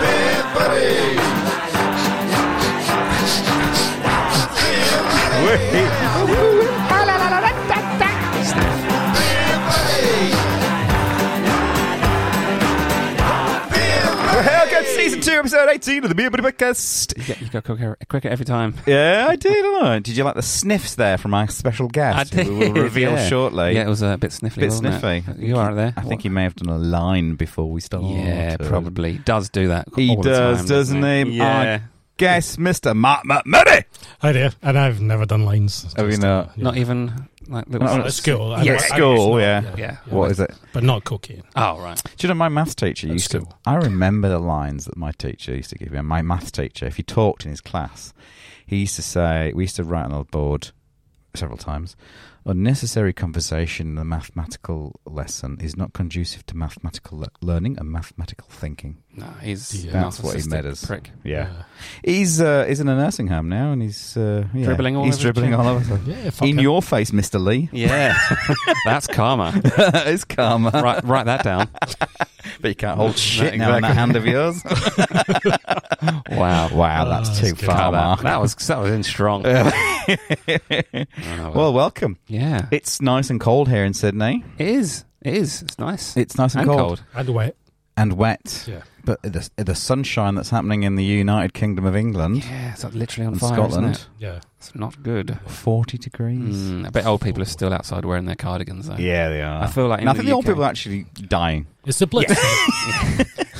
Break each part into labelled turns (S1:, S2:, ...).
S1: Bad buddies.
S2: Hellcat Season 2, Episode 18 of the Beer Buddy Podcast.
S3: Yeah, you go quicker, quicker every time.
S2: Yeah, I did, didn't I? Did you like the sniffs there from our special guest?
S3: I
S2: who We will
S3: did,
S2: reveal
S3: yeah.
S2: shortly.
S3: Yeah, it was a bit sniffly.
S2: Bit
S3: wasn't it?
S2: sniffy.
S3: You are there.
S2: I think he may have done a line before we started.
S3: Yeah, probably does do that.
S2: He
S3: all the
S2: does,
S3: time,
S2: doesn't he?
S3: Yeah.
S2: I guess Mr. Mark McMurray.
S4: Hi there, and I've never done lines. uh,
S2: Have you not?
S3: Not even like little.
S2: Not
S4: at school.
S3: Yeah,
S4: I- I-
S2: at
S4: I-
S2: school,
S4: it's
S2: yeah.
S4: not,
S3: Yeah.
S2: What is it?
S4: but not cooking.
S3: Oh right.
S2: Do you know my maths teacher
S4: At
S2: used to?
S4: school.
S2: I remember the lines that my teacher used to give me. My maths teacher, if he talked in his class, he used to say, we used to write on the board several times, unnecessary conversation in the mathematical lesson is not conducive to mathematical le- learning and mathematical thinking.
S3: No, he's
S4: Yeah.
S3: a
S2: That's what he
S3: narcissistic
S2: made us.
S3: Prick.
S2: Yeah. He's uh, he's in a nursing home now and he's uh, yeah,
S3: Dribbling all
S2: he's
S3: over the
S2: dribbling
S3: gym.
S2: all over.
S4: Yeah, yeah fuck
S2: in
S4: it.
S2: your face, Mr. Lee.
S3: Yeah, that's karma.
S2: it's karma.
S3: Write, write that down.
S2: But you can't hold shit now in
S3: exactly.
S2: that hand of yours.
S3: Wow,
S2: wow,
S4: Oh,
S2: that's
S4: that's
S2: too
S4: good.
S2: far,
S3: Wow, that,
S2: Mark.
S3: that was that was in strong. Oh,
S2: Well, welcome.
S3: yeah,
S2: It's nice and cold here in Sydney.
S3: it is. It is. It's nice.
S2: It's nice and,
S3: and
S2: cold.
S3: cold.
S4: And wet.
S2: and wet.
S4: Yeah.
S2: But the, the sunshine that's happening in the United Kingdom of England
S3: Yeah, it's like literally on
S2: and
S3: fire. isn't
S2: Scotland,
S3: it?
S4: Yeah.
S3: It's not good.
S2: 40 degrees.
S3: Mm, I bet old people are still outside wearing their cardigans though.
S2: Yeah, they are.
S3: I feel like in
S2: And I think the old
S3: UK
S2: people are actually dying.
S4: It's the blitz.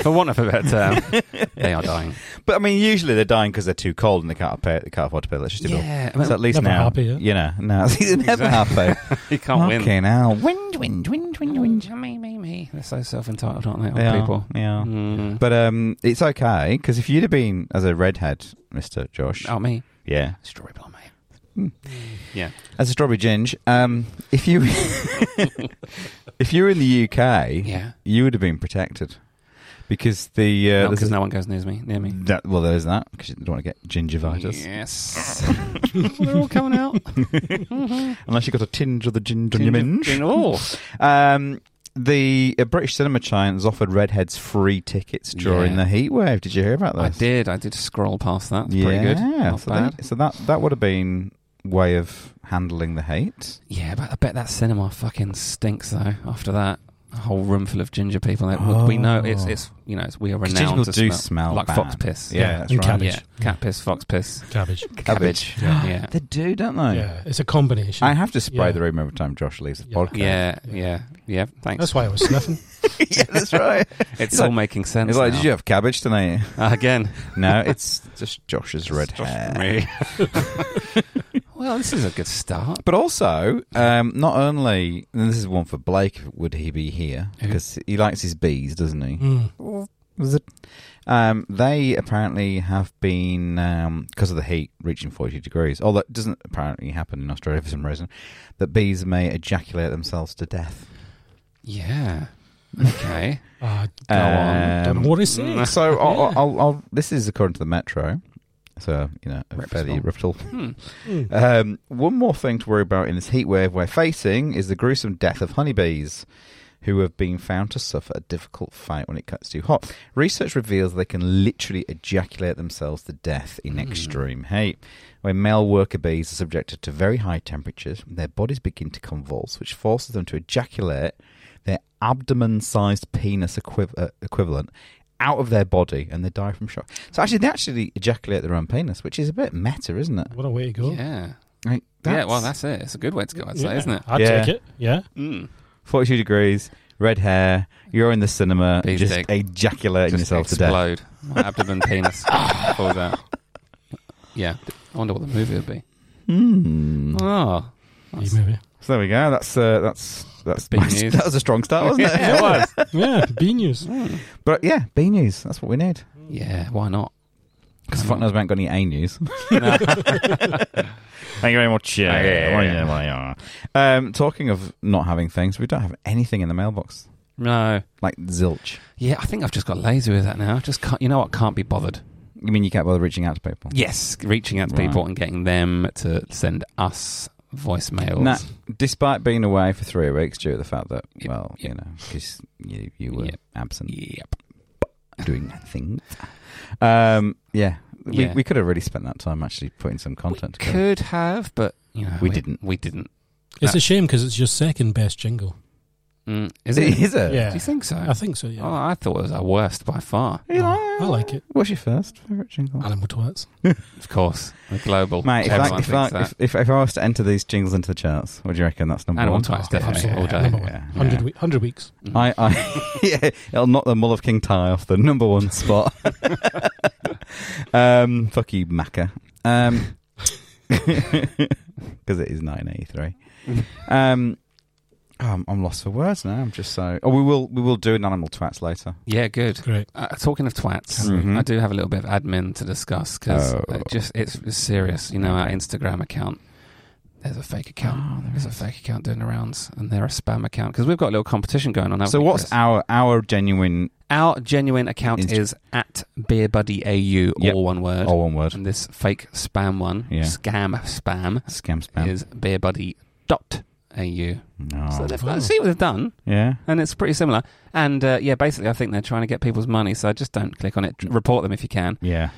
S3: for want of a better term, they are dying.
S2: But I mean, usually they're dying because they're too cold and they can't, pay, they can't afford to pay electricity bill.
S3: Yeah,
S2: So
S3: I mean,
S2: at least
S4: Never
S2: now,
S4: happy, yeah.
S2: you know, no, they're never happy.
S3: you can't win.
S2: Fucking hell.
S3: Wind, wind, wind, wind, wind. Mm, Me, me, me. They're so self entitled, aren't they? Old
S2: They are,
S3: people.
S2: yeah.
S3: Mm.
S2: But um, it's okay because if you'd have been as a redhead, Mister Josh,
S3: Oh, me.
S2: yeah,
S3: Strawberry blonde, mate.
S2: Hmm.
S3: Yeah.
S2: as a strawberry ginge, um, if you if you were in the UK,
S3: Yeah.
S2: you would have been protected because the uh,
S3: Because
S2: there's-
S3: no one goes near me. Near me.
S2: that, well, there's that because you don't want to get gingivitis
S3: Yes. They're all coming out. Mm-hmm.
S2: unless you got a tinge of the ginger on your minge.
S3: Oh.
S2: Um, the uh, British cinema chain has offered redheads free tickets during
S3: Yeah.
S2: the heat wave. Did you hear about this?
S3: I did. I did scroll past that. It's Pretty good.
S2: Yeah,
S3: Not
S2: so,
S3: bad.
S2: That, so that that would have been way of handling the hate.
S3: Yeah, but I bet that cinema fucking stinks though. After that, a whole room full of ginger people. Like, we- We know it's it's you know it's, we are
S2: 'Cause
S3: renowned
S2: ginger
S3: to
S2: do
S3: smell,
S2: smell
S3: like
S2: bad.
S3: fox piss.
S2: Yeah, that's
S4: and
S2: right.
S4: cabbage.
S3: yeah, cat piss, fox piss,
S4: Cabbage.
S2: Cabbage.
S3: yeah,
S2: They do, don't they?
S4: Yeah, it's a combination.
S2: I have to spray
S4: Yeah.
S2: the room every time Josh leaves the
S4: Yeah.
S2: podcast.
S3: yeah, yeah, yeah. Thanks.
S4: That's why I was sniffing.
S2: yeah, that's right.
S3: it's
S2: He's
S3: all
S2: like-
S3: making sense.
S2: He's like,
S3: now.
S2: did you have cabbage tonight?
S3: again?
S2: No, it's just Josh's red hair.
S3: well, this is a good start.
S2: But also, um, not only and this is one for Blake. Would he be here?
S3: Who? Hmm.
S2: Because he likes his bees, doesn't he?
S4: Mm.
S2: Um, they apparently have been because of the heat reaching forty degrees. Although it doesn't apparently happen in Australia for some reason. That bees may ejaculate themselves to death.
S3: Yeah. Okay.
S4: Uh,
S2: Go
S4: I don't know what it's saying.
S2: Um, mm, So I'll, I'll, I'll, I'll, this is according to the Metro. So you know, a fairly reputable.
S3: Hmm.
S2: Um, one more thing to worry about in this heat wave we're facing is the gruesome death of honeybees, who have been found to suffer a difficult fate when it gets too hot. Research reveals they can literally ejaculate themselves to death in extreme heat. When male worker bees are subjected to very high temperatures, their bodies begin to convulse, which forces them to ejaculate their abdomen-sized penis equiv- uh, equivalent out of their body, and they die from shock. So actually, they actually ejaculate their own penis, which is a bit meta, isn't it?
S4: What a way to go.
S3: Yeah.
S2: Like,
S3: Yeah. Well, that's it. It's a good way to go. I'd say,
S4: Yeah,
S3: isn't it?
S4: I'd
S2: Yeah.
S4: take it. Yeah.
S3: Mm.
S2: 42 degrees, red hair, you're in the cinema,
S3: Big
S2: just
S3: dick.
S2: ejaculating
S3: Just
S2: yourself to death.
S3: explode. My abdomen, penis, falls out. Yeah. I wonder what the movie would be.
S2: Hmm.
S3: Oh.
S4: You maybe.
S2: So there we go. That's uh, that's that's
S3: Big news.
S2: that was a strong start, wasn't it?
S3: it was. Hmm.
S4: Yeah, B news.
S2: But yeah, B news. That's what we need.
S3: Yeah. Why not?
S2: Because fuck knows we ain't got any A news.
S3: No.
S2: Thank you very much.
S3: Yeah, yeah, yeah.
S2: Um, talking of not having things, we don't have anything in the mailbox.
S3: no.
S2: Like zilch.
S3: Yeah, I think I've just got lazy with that now. Just can't, you know what? Can't be bothered.
S2: You mean you can't bother reaching out to people?
S3: Yes, reaching out to people
S2: Right.
S3: and getting them to send us voicemails.
S2: Nah, despite being away for three weeks due to the fact that,
S3: Yep,
S2: well,
S3: yep.
S2: you know, because you, you were
S3: Yep.
S2: absent
S3: Yep.
S2: doing things. Um, yeah, we,
S3: Yeah.
S2: we could have really spent that time actually putting some content
S3: we
S2: together.
S3: could have, but you know,
S2: We didn't.
S3: We didn't.
S4: It's a shame because it's your second best jingle.
S3: Mm, is it?
S2: Is it?
S4: Yeah.
S3: Do you think so?
S4: I think so, yeah. Oh,
S3: Oh, I thought it was our worst by far.
S2: You know,
S4: I like it.
S2: What's your first favourite jingle?
S4: Animal twats.
S3: Of course, the global.
S2: Mate, if I,
S3: everyone
S2: if, I,
S3: thinks
S2: if,
S3: that.
S2: if, if I was to enter these jingles into the charts, what do you reckon that's number
S3: Animal
S2: one?
S3: Twats,
S4: Yeah,
S3: definitely.
S4: absolutely.
S3: all day.
S4: Number one.
S2: Yeah,
S4: 100,
S2: yeah.
S4: we- 100 weeks.
S3: Mm.
S2: I, I yeah, it'll knock the Mull of King Tie off the number one spot. um, fuck you, Macca. Um, because it is 1983. Um, oh, I'm, I'm lost for words now. I'm just so. Oh, we will we will do an animal twats later.
S3: yeah, good.
S4: Great.
S3: Uh, talking of twats,
S2: Mhm.
S3: Mm-hmm. I do have a little bit of admin to discuss because
S2: Oh.
S3: it just it's, it's serious. You know, our Instagram account. There's a fake account.
S2: Oh, there
S3: there's a fake account doing the rounds, and they're a spam account because we've got a little competition going on. haven't
S2: So
S3: we,
S2: what's
S3: Chris?
S2: our our genuine
S3: Our genuine account
S2: Inst-
S3: is at BeerBuddyAU,
S2: Yep.
S3: all one word.
S2: all one word
S3: And this fake spam one,
S2: Yeah.
S3: scam spam,
S2: scam spam?
S3: is BeerBuddy.au. So
S2: no.
S3: they've
S4: Wow.
S3: see what they've done,
S2: Yeah.
S3: and it's pretty similar. And uh, yeah, basically, I think they're trying to get people's money, so just don't click on it. Report them if you can,
S2: Yeah.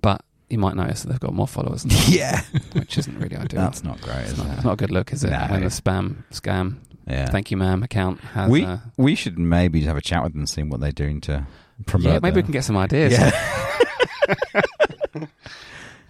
S3: but you might notice that they've got more followers, than us,
S2: Yeah.
S3: which isn't really ideal.
S2: That's not great,
S3: it's,
S2: is
S3: not, it's
S2: it?
S3: not a good look, is it?
S2: No.
S3: When the spam scam,
S2: Yeah.
S3: thank you, ma'am, account has.
S2: We-
S3: uh,
S2: We should maybe have a chat with them, and see what they're doing to promote.
S3: yeah, maybe we
S2: their-
S3: can get some ideas.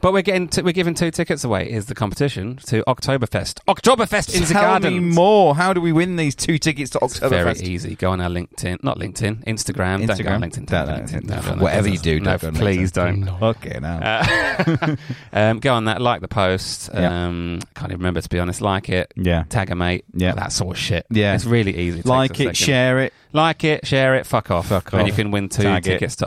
S3: But we're getting t- we're giving two tickets away. Is the competition to Oktoberfest? Oktoberfest in the
S2: Tell
S3: garden.
S2: me more. How do we win these two tickets to
S3: It's very
S2: Oktoberfest?
S3: easy. Go on our LinkedIn, not LinkedIn, Instagram. Don't go
S2: Instagram.
S3: on
S2: Don't,
S3: LinkedIn. Don't go on
S2: don't,
S3: LinkedIn. No, don't,
S2: whatever you
S3: don't.
S2: do,
S3: no,
S2: don't go on
S3: please
S2: LinkedIn.
S3: don't.
S4: No.
S2: Okay, now.
S3: Uh, um, go on that, like the post.
S2: Yeah.
S3: Um, Can't even remember to be honest. Like it,
S2: yeah.
S3: tag a mate,
S2: Yeah.
S3: that sort of shit.
S2: Yeah.
S3: it's really easy. takes
S2: Like
S3: a
S2: it,
S3: second.
S2: share it.
S3: like it, share it, fuck off,
S2: Fuck
S3: and
S2: off.
S3: you can win two
S2: Tag it.
S3: tickets to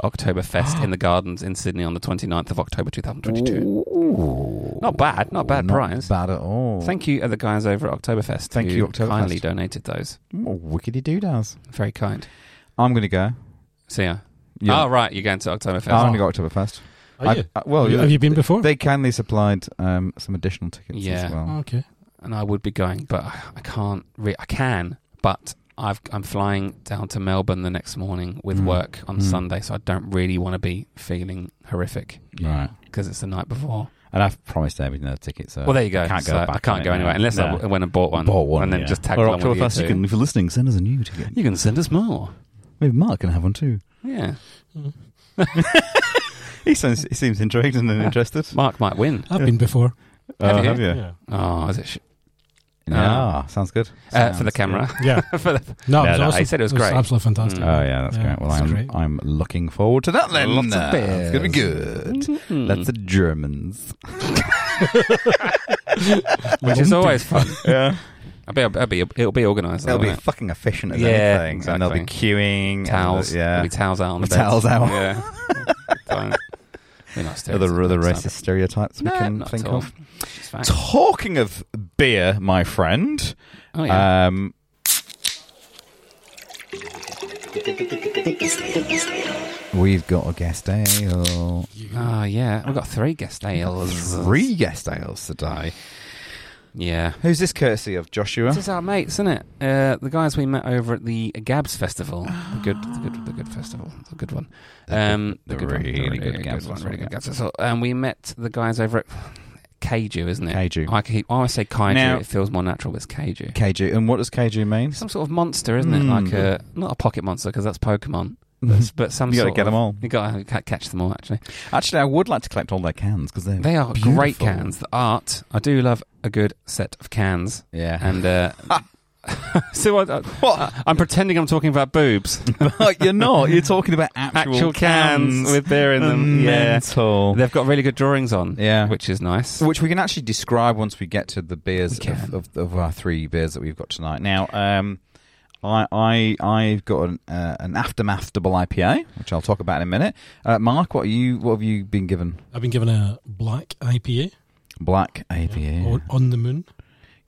S3: Oktoberfest in the Gardens in Sydney on the 29th of October 2022.
S2: Ooh.
S3: Not bad, not bad
S2: Not
S3: prize.
S2: bad at all.
S3: Thank you, uh, the guys over at Oktoberfest.
S2: Thank
S3: who
S2: you, Oktoberfest.
S3: Kindly donated those.
S2: Oh, wickedy doodahs.
S3: Very kind.
S2: I'm going to go.
S3: See ya.
S2: Yeah.
S3: Oh, right, you're going to Oktoberfest.
S2: I'm going to go Oktoberfest.
S4: Are
S2: I-
S4: you?
S2: I- well,
S4: Have you- have you been before?
S2: They kindly supplied um, some additional tickets
S3: Yeah.
S2: as well.
S4: Oh, okay.
S3: and I would be going, but I can't. Re- I can, but I've, I'm flying down to Melbourne the next morning with
S2: Mm.
S3: work on
S2: Mm.
S3: Sunday, so I don't really want to be feeling horrific
S2: Right.
S3: because it's the night before.
S2: And I've promised David another ticket, so
S3: well, there you go.
S2: I can't go
S3: So
S2: back
S3: I can't
S2: on
S3: go
S2: it,
S3: anywhere
S2: no.
S3: unless I
S2: No.
S3: w- went and bought one,
S2: bought one
S3: and then
S2: yeah.
S3: just tagged
S2: Or
S3: along with you,
S2: Oktoberfest,
S3: two.
S2: can, if you're listening, send us a new ticket.
S3: You can send us more.
S2: Maybe Mark can have one too.
S3: Yeah,
S4: Mm.
S2: He sounds he seems intrigued and interested.
S3: Mark might win.
S4: I've been before.
S3: Have you?
S2: Yeah.
S3: Oh, is it? Sh-
S2: Uh, Ah, sounds good.
S3: uh, for the
S2: Sounds
S3: camera.
S4: Yeah.
S3: for the,
S4: No,
S2: Yeah,
S4: it was
S2: no,
S4: awesome.
S3: he said it was great.
S4: absolutely fantastic.
S2: good.
S3: Mm.
S2: Oh yeah, that's
S4: Yeah,
S2: great. Well,
S4: that's
S2: I'm
S4: great.
S2: I'm looking forward to that then.
S3: Lots of
S2: It's gonna be
S3: bears.
S2: good.
S3: Mm-hmm.
S2: That's the Germans.
S3: which is always fun.
S2: Yeah,
S3: I'll be, I'll be, it'll be organised. though,
S2: they'll be
S3: won't it?
S2: fucking efficient as
S3: Yeah,
S2: anything, and they'll be
S3: exactly.
S2: queuing and
S3: towels.
S2: the- yeah,
S3: There'll be towels out on the bed.
S2: Towels out.
S3: Yeah. Don't- We're not
S2: other
S3: stereotyping,
S2: other
S3: so-
S2: racist stereotypes we
S3: No,
S2: can
S3: not
S2: think
S3: at all.
S2: of.
S3: It's fine.
S2: Talking of beer, my friend.
S3: Oh yeah.
S2: Um, we've got a guest eh? ale.
S3: oh yeah. We've got three guest ales.
S2: Three guest ales today.
S3: Yeah.
S2: Who's this courtesy of Joshua?
S3: This is our mates, isn't it? Uh, the guys we met over at the Gabs Festival. The good, the good, the good festival. It's a good one. Um,
S2: The
S3: good one.
S2: really
S3: The
S2: good Gabs
S3: one,
S2: Festival,
S3: Really good
S2: yeah.
S3: Gabs Festival. And we met the guys over at Kaiju, isn't it?
S2: Kaiju.
S3: I, keep, I always say Kaiju.
S2: Now-
S3: it feels more natural, but it's Kaiju.
S2: Keiju. And what does Keiju mean?
S3: Some sort of monster, isn't it?
S2: Hmm. Mm-hmm.
S3: Like a not a pocket monster because that's Pokemon, but, but some
S2: You gotta
S3: sort
S2: get
S3: of-
S2: 'em all.
S3: You got to catch them all. Actually,
S2: Actually, I would like to collect all their cans because they're
S3: they are great
S2: beautiful.
S3: cans. The art, I do love a good set of cans.
S2: Yeah.
S3: And uh, so I, I, am pretending I'm talking about boobs,
S2: you're not. You're talking about actual,
S3: actual cans, with beer in them. Yeah,
S2: Mental.
S3: they've got really good drawings on.
S2: Yeah.
S3: which is nice.
S2: Which we can actually describe once we get to the beers
S3: We
S2: of,
S3: can.
S2: of, of our three beers that we've got tonight. Now, um, I I I've got an, uh, an aftermath double IPA, which I'll talk about in a minute. Uh, Mark, what are you what have you been given?
S4: I've been given a black IPA
S2: Black IPA
S4: or on the moon.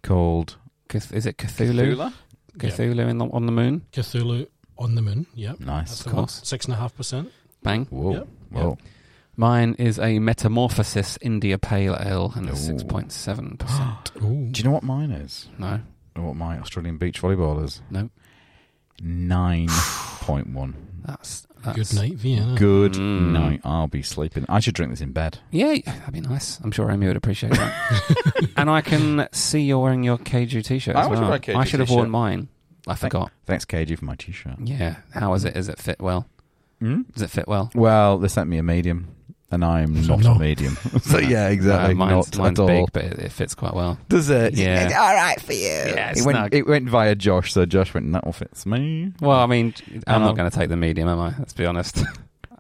S2: called
S3: Cth- Is it Cthulhu? Cthulhu in the, on the moon.
S4: Cthulhu on the moon. Yeah.
S2: Nice.
S4: That's the
S3: Of
S4: one.
S3: course.
S4: Six and a half percent.
S3: Bang.
S2: Whoa,
S4: Yep.
S2: whoa.
S3: Mine is a Metamorphosis India Pale Ale, and it's
S2: Ooh.
S3: 6.7%.
S4: Ooh.
S2: Do you know what mine is?
S3: no.
S2: Or what my Australian beach volleyball is?
S3: No.
S2: 9.1.
S3: That's, that's
S4: Good night, Vienna.
S2: Good
S3: Mm.
S2: night. I'll be sleeping. I should drink this in bed.
S3: Yeah, that'd be nice. I'm sure Amy would appreciate that. and I can see you're wearing your KG t-shirt.
S2: I
S3: as
S2: was
S3: well.
S2: wearing KG
S3: I should have
S2: t-shirt.
S3: worn mine. I forgot.
S2: Thanks, KG, for my t shirt.
S3: Yeah. How is it? Is it fit well?
S2: Mm?
S3: Does it fit well?
S2: Well, they sent me a medium, and I'm
S4: So
S2: not
S4: no.
S2: a medium. so, yeah, exactly.
S3: Uh, mine's
S2: not
S3: mine's
S2: at all.
S3: big, but it, it fits quite well.
S2: Does it?
S3: Yeah.
S2: It's all right for you.
S3: Yeah,
S2: it, went,
S3: snug.
S2: it went via Josh, so Josh went, that will fits me.
S3: Well, I mean, I'm
S2: Um,
S3: not going to take the medium, am I? Let's be honest.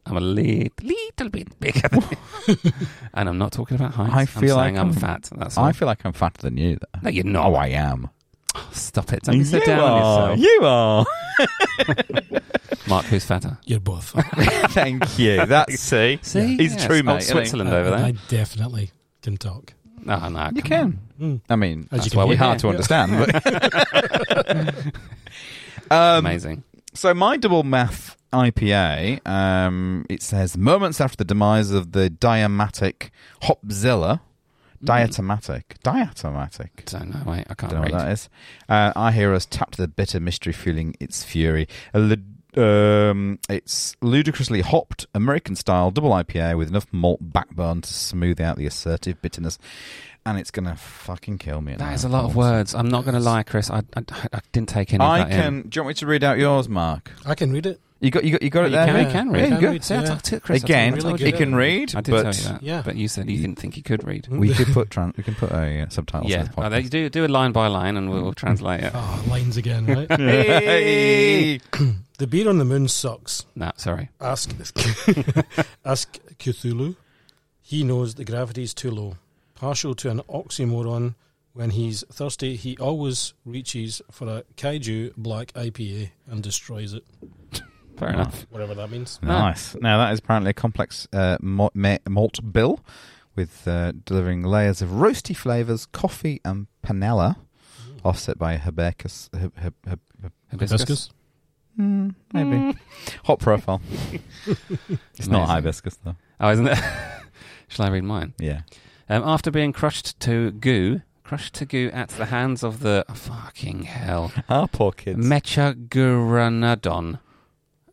S3: I'm a li- little bit bigger, than and I'm not talking about height.
S2: I feel
S3: I'm
S2: like
S3: saying I'm
S2: I'm-
S3: fat. That's all.
S2: I feel like I'm fatter than you, though.
S3: No, you're not.
S2: Oh, I am.
S3: Stop it! Don't be so
S2: you
S3: down
S2: are.
S3: on yourself,
S2: You are.
S3: Mark. Who's fatter?
S4: You're both.
S2: Thank you. That's see.
S3: See,
S2: He's
S3: Yes.
S2: true,
S3: Old
S2: mate, isn't he?
S3: Switzerland over
S4: I, I
S3: there.
S4: definitely can talk.
S3: No, no,
S2: You
S3: come
S2: can.
S4: Mm.
S2: I mean,
S4: As you
S2: that's
S4: can
S2: why we're
S4: hear.
S2: hard to
S4: Yeah.
S2: understand. but-
S3: on.
S2: um,
S3: Amazing.
S2: so my double math IPA, um, it says moments after the demise of the diatomatic hopzilla, diatomatic, diatomatic.
S3: Mm-hmm. Don't know, mate. I
S2: I
S3: can't
S2: don't know
S3: read.
S2: what that is. Uh, I hear us tapped the bitter mystery, feeling its fury. A lid- um, it's ludicrously hopped, American style double IPA with enough malt backbone to smooth out the assertive bitterness, and it's gonna fucking kill me. at
S3: That
S2: the
S3: is a
S2: moment.
S3: lot of words. I'm not going to lie, Chris. I, I, I didn't take any of
S2: I
S3: that in.
S2: can. Do you want me to read out yours, Mark?
S4: I can read it.
S2: You got you got you got
S3: Oh,
S2: it
S3: you
S2: there.
S3: can,
S2: mate?
S3: you
S2: Yeah,
S3: can read.
S2: you
S4: Can
S2: got-
S4: read,
S3: See, I
S4: yeah.
S3: talked to Chris. I
S2: Again,
S3: told you-
S4: really
S2: he
S4: good
S2: can
S4: at it.
S2: read,
S3: I did
S2: but
S3: tell you that.
S4: Yeah.
S3: But you said you didn't think you could read.
S2: we could put tran- we can put a uh, subtitle.
S3: yeah.
S2: To
S3: Oh,
S2: this
S3: there you do do it line by line, and
S2: Mm.
S3: we'll, we'll translate it.
S4: Oh, lines again, right?
S2: podcast. Hey!
S4: the beat on the moon sucks.
S3: No, sorry.
S4: Ask ask Cthulhu. He knows the gravity's too low. Partial to an oxymoron, when he's thirsty, he always reaches for a kaiju black IPA and destroys it.
S3: Fair enough. Ah.
S4: Whatever that means.
S2: Nice. Now that is apparently a complex uh, mo- ma- malt bill with uh, delivering layers of roasty flavors, coffee and panela,
S4: Mm.
S2: offset by hibiscus. Hib- hib- hib- hib-
S3: Hibiscus.
S2: Hmm, maybe
S3: Mm.
S2: hot profile. it's not
S3: Amazing.
S2: hibiscus though.
S3: Oh, isn't it? Shall I read mine?
S2: Yeah.
S3: Um, after being crushed to goo, crushed to goo at the hands of the fucking hell.
S2: Our Ah, poor kids.
S3: Mechaguranodon.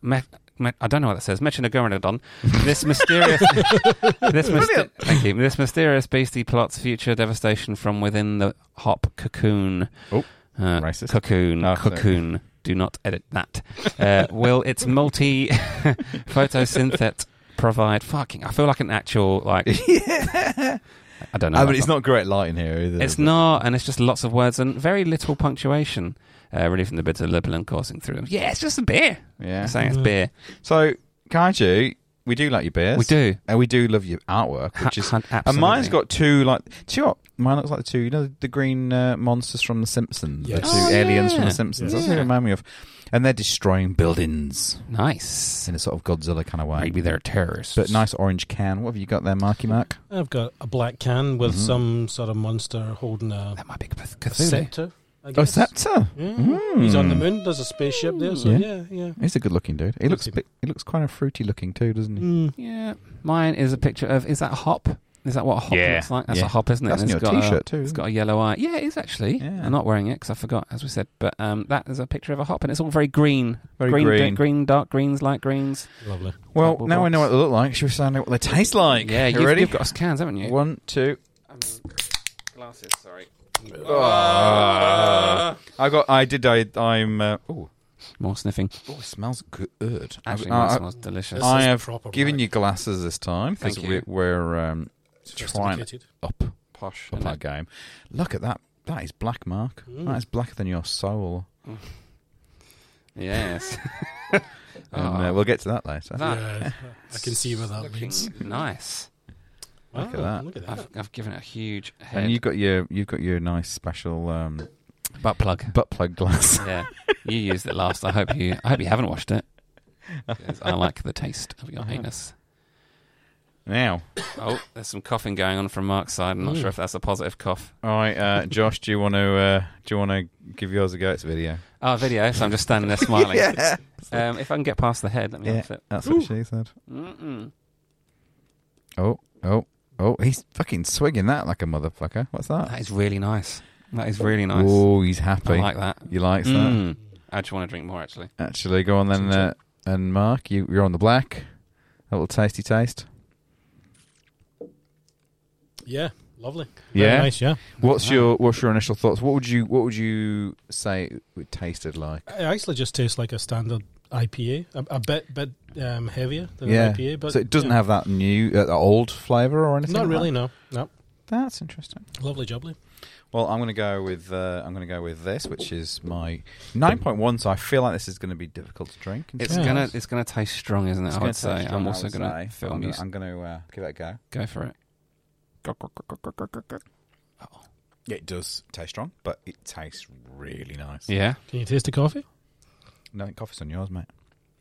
S3: Me- me- I don't know what that says. Mechaguranodon. This mysterious. this myster- Thank you. This mysterious beastie plots future devastation from within the hop cocoon.
S2: Oh,
S3: Uh,
S2: racist.
S3: Cocoon.
S2: Oh, sorry.
S3: cocoon. Do not edit that. Uh, will its multi photosynthete provide fucking? I feel like an actual like. I don't know.
S2: I
S3: I've
S2: mean, Ah, it's not great lighting here either.
S3: it's
S2: is it?
S3: not, and it's just lots of words and very little punctuation. Uh, relieving the bitter libel and coursing through them. Yeah, it's just a beer.
S2: Yeah.
S3: I'm saying it's
S4: Yeah.
S3: beer.
S2: So, Kaiju, we do like your beers.
S3: We do.
S2: And we do love your artwork, which
S3: Hu-
S2: is.
S3: hun-
S2: And
S3: absolutely.
S2: mine's got two, like. Do you know what? Mine looks like the two, you know, the green uh, monsters from The Simpsons. The
S4: Yes.
S2: two
S4: Oh,
S2: aliens from
S3: yeah.
S2: The Simpsons. That's
S3: Yeah.
S2: what they remind me of. And they're destroying buildings
S3: nice.
S2: in a sort of Godzilla kind of way.
S3: Maybe they're terrorists.
S2: But nice orange can. What have you got there, Marky Mark?
S4: I've got a black can with
S2: Mhm.
S4: some sort of monster holding a,
S3: That might be Cth-
S4: a
S3: Cthulhu.
S4: scepter. I
S2: Oh,
S4: guess. Mm-hmm.
S2: Scepter.
S4: Yeah.
S5: Mm-hmm.
S2: Mm.
S4: He's on the moon. There's a spaceship there. Oh, So
S2: Yeah.
S4: yeah, yeah.
S2: He's a good looking dude. He looks
S4: Looks-
S2: bit, he looks kind of fruity looking too, doesn't he?
S4: Mm.
S3: Yeah. Mine is a picture of. Is that a hop? Is that what a hop
S2: Yeah.
S3: looks like? That's
S2: Yeah.
S3: a hop, isn't it?
S2: That's
S3: And
S2: in your
S3: it's got a-
S2: t shirt too.
S3: It's
S2: isn't
S3: got a yellow eye. Yeah, it is actually.
S2: Yeah.
S3: I'm not wearing it because I forgot, as we said. But um, that is a picture of a hop, and it's all very green.
S2: it? very
S3: green,
S2: green.
S3: d- green, dark greens, light greens.
S4: Lovely.
S2: Well,
S3: Cardboard
S2: now we know what
S3: box.
S2: they look like. Should we find out what they taste like?
S3: yeah,
S2: you
S3: you've,
S2: ready?
S3: you've got us cans, haven't you?
S2: One, two.
S3: glasses, sorry.
S2: Ah. I got. I did. I. I'm. Uh, oh,
S3: More sniffing.
S2: oh, it smells good.
S3: Actually,
S2: I,
S3: mine
S2: I,
S3: smells delicious.
S4: This
S2: I
S4: is
S2: have
S4: proper
S2: I've given
S4: black.
S2: you glasses this time because
S3: Thank
S2: we,
S3: you.
S2: we're um, trying
S4: Sophisticated.
S2: up
S3: posh.
S2: up
S3: isn't
S2: our
S3: it?
S2: game. Look at that. That is black, Mark.
S4: Mm.
S2: That is blacker than your soul.
S3: Ah. Yes.
S2: And
S3: Ah,
S2: uh, we'll get to that later.
S3: That-
S4: Yeah, I can see where that
S3: looking
S4: leads.
S3: nice.
S2: Look at
S4: Wow,
S2: that.
S4: Look at that.
S3: I've, I've given it a huge head.
S2: and you've got your you've got your nice special um,
S3: butt plug.
S2: butt plug glass.
S3: yeah, you used it last. I hope you. I hope you haven't washed it. 'Cause I like the taste of your anus.
S2: now,
S3: Oh, there's some coughing going on from Mark's side. I'm not sure if that's a positive cough.
S2: all right, uh, Josh, do you want to uh, do you want to give yours a go? It's video.
S3: Oh, video. So I'm just standing there smiling. Um, if I can get past the head, let me
S2: Yeah.
S3: have it.
S2: That's what she said.
S3: Mm-mm.
S2: Oh, oh, oh! He's fucking swinging that like a motherfucker. What's that?
S3: That is really nice. That is really nice.
S2: Oh, he's
S3: I
S2: happy.
S3: like that.
S2: you likes that?
S3: Mm. I actually want to drink more, actually.
S2: Actually, go on then, uh, and Mark, you, you're on the black. A little tasty taste.
S4: Yeah, lovely.
S2: Yeah.
S4: Very nice, yeah.
S2: What's
S3: Wow.
S2: your What's your initial thoughts? What would you What would you say it tasted like?
S4: It actually just tastes like a standard IPA, a, a bit bit um, heavier than
S2: Yeah.
S4: an IPA, but
S2: so it doesn't
S4: yeah.
S2: have that new, uh, that old flavour or anything.
S4: Not
S2: like that?
S4: really, no, no.
S2: That's interesting.
S4: Lovely jubbly.
S2: Well, I'm going to go with uh, I'm going to go with this, which is my 9.1. So I feel like this is going to be difficult to drink. in
S3: It's
S2: some
S3: gonna
S2: ways.
S3: it's gonna taste strong, isn't it?
S2: It's
S3: I
S2: gonna
S3: would say.
S2: taste strong,
S3: I'm
S2: I
S3: also
S2: would
S3: gonna
S2: say.
S3: film
S2: I'm
S3: you.
S2: gonna- I'm going to uh, give it a go.
S3: Go for it.
S2: Yeah, it does taste strong, but it tastes really nice.
S3: Yeah.
S4: Can you taste the coffee?
S2: No, I think coffee's on yours, mate.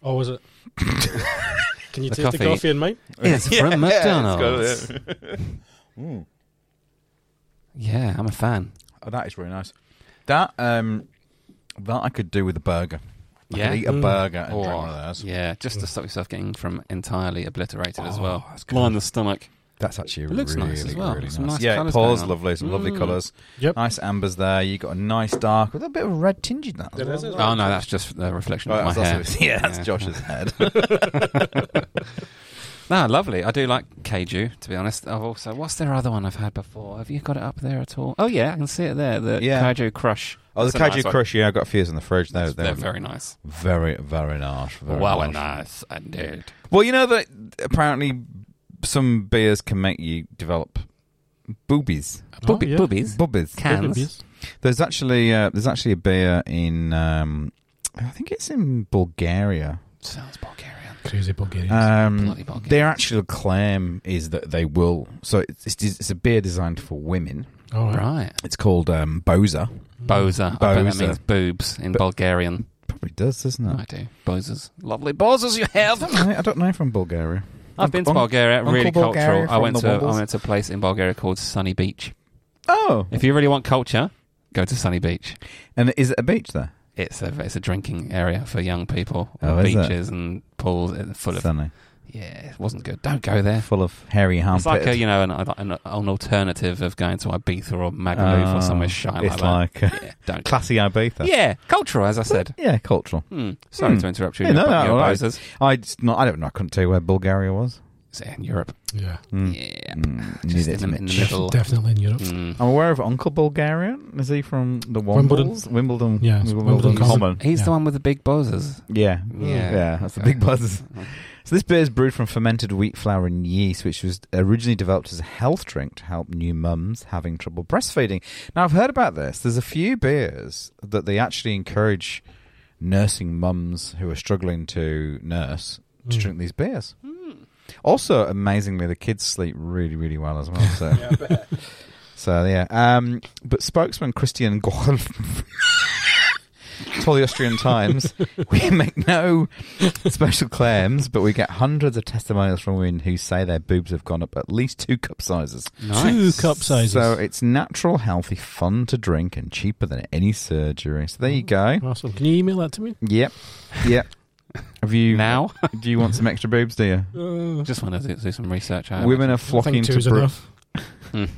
S4: Oh, was it? Can you taste
S3: The
S4: the
S3: coffee.
S4: coffee in mine?
S3: It's from
S2: it's
S3: McDonald's.
S2: Mm.
S3: Yeah, I'm a fan.
S2: Oh, that is really nice. That um, that I could do with a burger. I
S3: Yeah.
S2: could eat a
S4: Mm.
S2: burger and
S3: Or-
S2: drink one of those.
S3: Yeah, just to stop yourself getting from entirely obliterated as
S2: Oh,
S3: well.
S2: that's good.
S3: More in the stomach.
S2: That's actually
S3: It looks
S2: really,
S3: nice as well.
S2: really nice.
S3: Some nice
S2: yeah, it
S3: colours
S2: pours
S3: going on.
S2: lovely, some lovely
S3: Mm.
S2: colours.
S4: Yep.
S2: Nice ambers there. You got a nice dark with a bit of red tinge in that. as
S4: There
S2: well.
S4: is it?
S3: Oh no, that's just the reflection
S2: Oh,
S3: of
S2: that's
S3: my hair.
S2: also- yeah, that's
S3: Yeah.
S2: Josh's head.
S3: No, lovely. I do like Keiju, to be honest. I've also what's their other one I've had before? Have you got it up there at all? Oh yeah, I can see it there. The
S2: Yeah.
S3: Keiju Crush.
S2: oh, the
S3: That's a nice
S2: Kaju
S3: one.
S2: Crush. Yeah, I've got a few in the fridge. They're,
S3: They're,
S2: they're,
S3: very nice.
S2: very, very nice. Very
S3: Wow,
S2: nice.
S3: nice indeed.
S2: Well, you know that apparently some beers can make you develop boobies.
S3: Booby,
S4: yeah.
S3: Boobies,
S2: Boobies.
S3: Oh, cans.
S2: There's actually uh, there's actually a beer in um, I think it's in Bulgaria.
S3: Sounds Bulgarian.
S4: Crazy Bulgarians.
S2: Um,
S3: Bloody Bulgarian.
S2: their actual claim is that they will. So it's, it's, it's a beer designed for women.
S3: Oh,
S4: All right.
S3: Right.
S2: It's called um, Boza.
S3: Boza. I bet that
S2: Boza.
S3: means boobs in
S2: Bo-
S3: Bulgarian.
S2: Probably does, doesn't
S3: I
S2: it?
S3: do. Bozas. Lovely bozas you have.
S2: I don't know, I don't know from Bulgaria.
S3: I've been to
S2: Unc-
S3: Bulgaria,
S2: Uncle
S3: really
S2: Bulgaria
S3: cultural. I
S2: from
S3: went
S2: the
S3: to
S2: Wombles.
S3: I went to a place in Bulgaria called Sunny Beach.
S2: Oh,
S3: If you really want culture, go to Sunny Beach.
S2: and is it a beach there?
S3: It's a it's a drinking area for young people.
S2: Oh,
S3: with
S2: is it?
S3: beaches and pools uh, full of
S2: Sunny.
S3: yeah. It wasn't good. Don't go there.
S2: full of hairy
S3: It's
S2: armpits.
S3: like a, you know an, an, an alternative of going to Ibiza or Magaluf or
S2: Oh,
S3: somewhere shy
S2: It's
S3: like,
S2: like
S3: that. Yeah, don't.
S2: classy Ibiza.
S3: yeah, cultural as I said.
S2: yeah, cultural.
S3: Hmm. Sorry
S2: Hmm.
S3: to interrupt you.
S2: Hey, no,
S3: your-
S2: no,
S3: your
S2: all right.
S3: bozers.
S2: I just not. I don't know. I couldn't tell you where Bulgaria was.
S3: It's in Europe.
S4: Yeah,
S2: Mm.
S3: Yeah,
S2: Mm,
S3: just
S2: neither to
S3: in, the, in the
S2: Mitch.
S3: middle.
S4: definitely in Europe.
S3: Mm.
S2: I'm aware of Uncle Bulgarian. Is he from the
S4: Wimbledon.
S2: Wombles? Wimbledon.
S4: Yeah, it's Wimbledon Common.
S3: He's
S4: Yeah.
S3: the one with the big bozers.
S2: Yeah.
S3: Yeah.
S2: Yeah, that's the
S3: Okay.
S2: big buzz. So this beer is brewed from fermented wheat flour and yeast, which was originally developed as a health drink to help new mums having trouble breastfeeding. Now I've heard about this. There's a few beers that they actually encourage nursing mums who are struggling to nurse to
S4: Mm.
S2: drink these beers. Also, amazingly, the kids sleep really, really well as well. So, so yeah. Um, but spokesman Christian Gorf told the Austrian Times, "We make no special claims, but we get hundreds of testimonials from women who say their boobs have gone up at least two cup sizes.
S3: Nice.
S4: Two cup sizes.
S2: So it's natural, healthy, fun to drink, and cheaper than any surgery. So there you go.
S4: awesome. Oh, Can you email that to me?
S2: Yep, yep. Have you
S3: Now,
S2: Do you want some extra boobs? Do you?
S4: Uh,
S3: just want to do, do some research. I
S2: Women are
S4: I think
S2: flocking to
S4: two's
S2: brew-
S4: enough.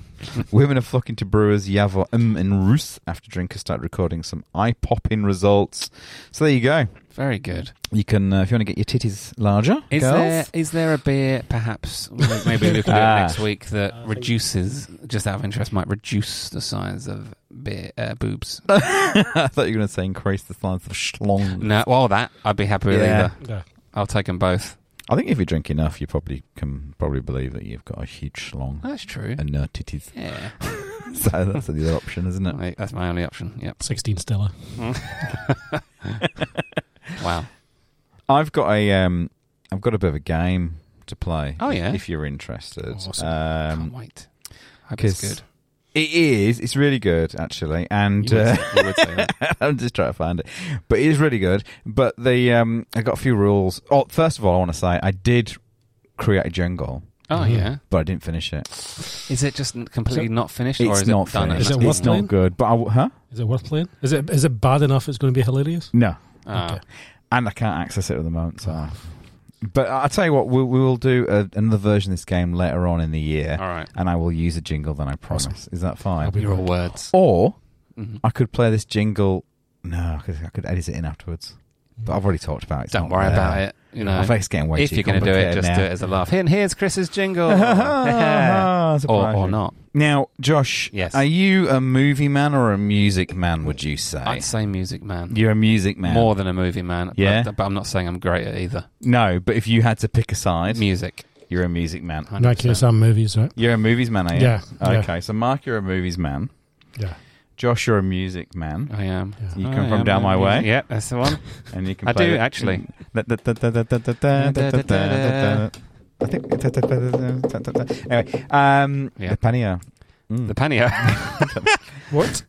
S2: women are flocking to brewers Yavor M and Rus after drinkers start recording some eye popping results. So there you go.
S3: Very good.
S2: You can uh, if you want to get your titties larger,
S3: Is
S2: girls.
S3: there is there a beer perhaps maybe we can do
S2: Ah.
S3: it next week that
S4: Uh, I think-
S3: reduces just out of interest might reduce the size of beer uh, boobs?
S2: I thought you were going to say increase the size of schlong.
S3: No, well that I'd be happy with
S2: Yeah.
S3: either.
S4: Yeah.
S3: I'll take them both.
S2: I think if you drink enough, you probably can probably believe that you've got a huge schlong
S3: That's true.
S2: and no titties.
S3: Yeah,
S2: So that's the other option, isn't it?
S3: Right, that's my only option. Yep.
S4: 16 Stella.
S3: Wow.
S2: I've got a um, I've got a bit of a game to play.
S3: Oh, yeah?
S2: if you're interested.
S4: Awesome.
S2: Um,
S3: Can't wait. Hope it's
S2: 'cause-
S3: good.
S2: It is. It's really good, actually, and
S3: You would
S2: uh,
S3: say- you would say that.
S2: I'm just trying to find it. But it is really good. But the um, I got a few rules. Oh, first of all, I want to say I did create a jungle,
S3: Oh yeah.
S2: but I didn't finish it.
S3: Is it just completely not finished or
S2: it's
S3: is
S2: not
S3: it done? and
S2: finished.
S4: Is it
S3: that's
S4: worth
S2: it's
S3: done?
S2: not
S4: playing?
S2: good. But I w huh?
S4: Is it worth playing? Is it is it bad enough it's going to be hilarious?
S2: No,
S3: Oh.
S4: Okay.
S2: and I can't access it at the moment. So But I'll tell you what, we'll, we'll do a, another version of this game later on in the year,
S3: All right.
S2: and I will use a jingle then, I promise. Is that fine?
S4: That'll be
S3: You're all
S4: good.
S3: words.
S2: Or
S3: Mhm.
S2: I could play this jingle. No, I could, I could edit it in afterwards. But I've already talked about it. It's
S3: Don't
S2: not
S3: worry
S2: there.
S3: about it. You know,
S2: My face is getting way
S3: if
S2: too
S3: you're going to do it,
S2: complicated
S3: just
S2: now.
S3: do it as a laugh. Here- here's Chris's jingle. or,
S2: or,
S3: or not.
S2: Now, Josh,
S3: Yes.
S2: are you a movie man or a music man, would you say?
S3: I'd say music man.
S2: You're a music man.
S3: More than a movie man. but-
S2: Yeah?
S3: But, I'm not saying I'm great at either.
S2: No, but if you had to pick a side,
S3: Music.
S2: you're a music man.
S3: 100%.
S4: In that case, I'm movies, right?
S2: You're a movies man, are you?
S4: Yeah, yeah.
S2: Okay, so Mark, you're a movies man.
S4: Yeah.
S2: Josh, you're a music man.
S3: I am.
S4: Yeah.
S2: You
S3: I
S2: come from
S3: am
S2: down
S3: a
S2: my
S3: music-
S2: way,
S3: Yeah, that's the one.
S2: and you can.
S3: I
S2: play
S3: do,
S2: the-
S3: actually.
S2: I think. Anyway, um,
S3: Yeah.
S2: the panio. Mm.
S3: The panio.
S4: What?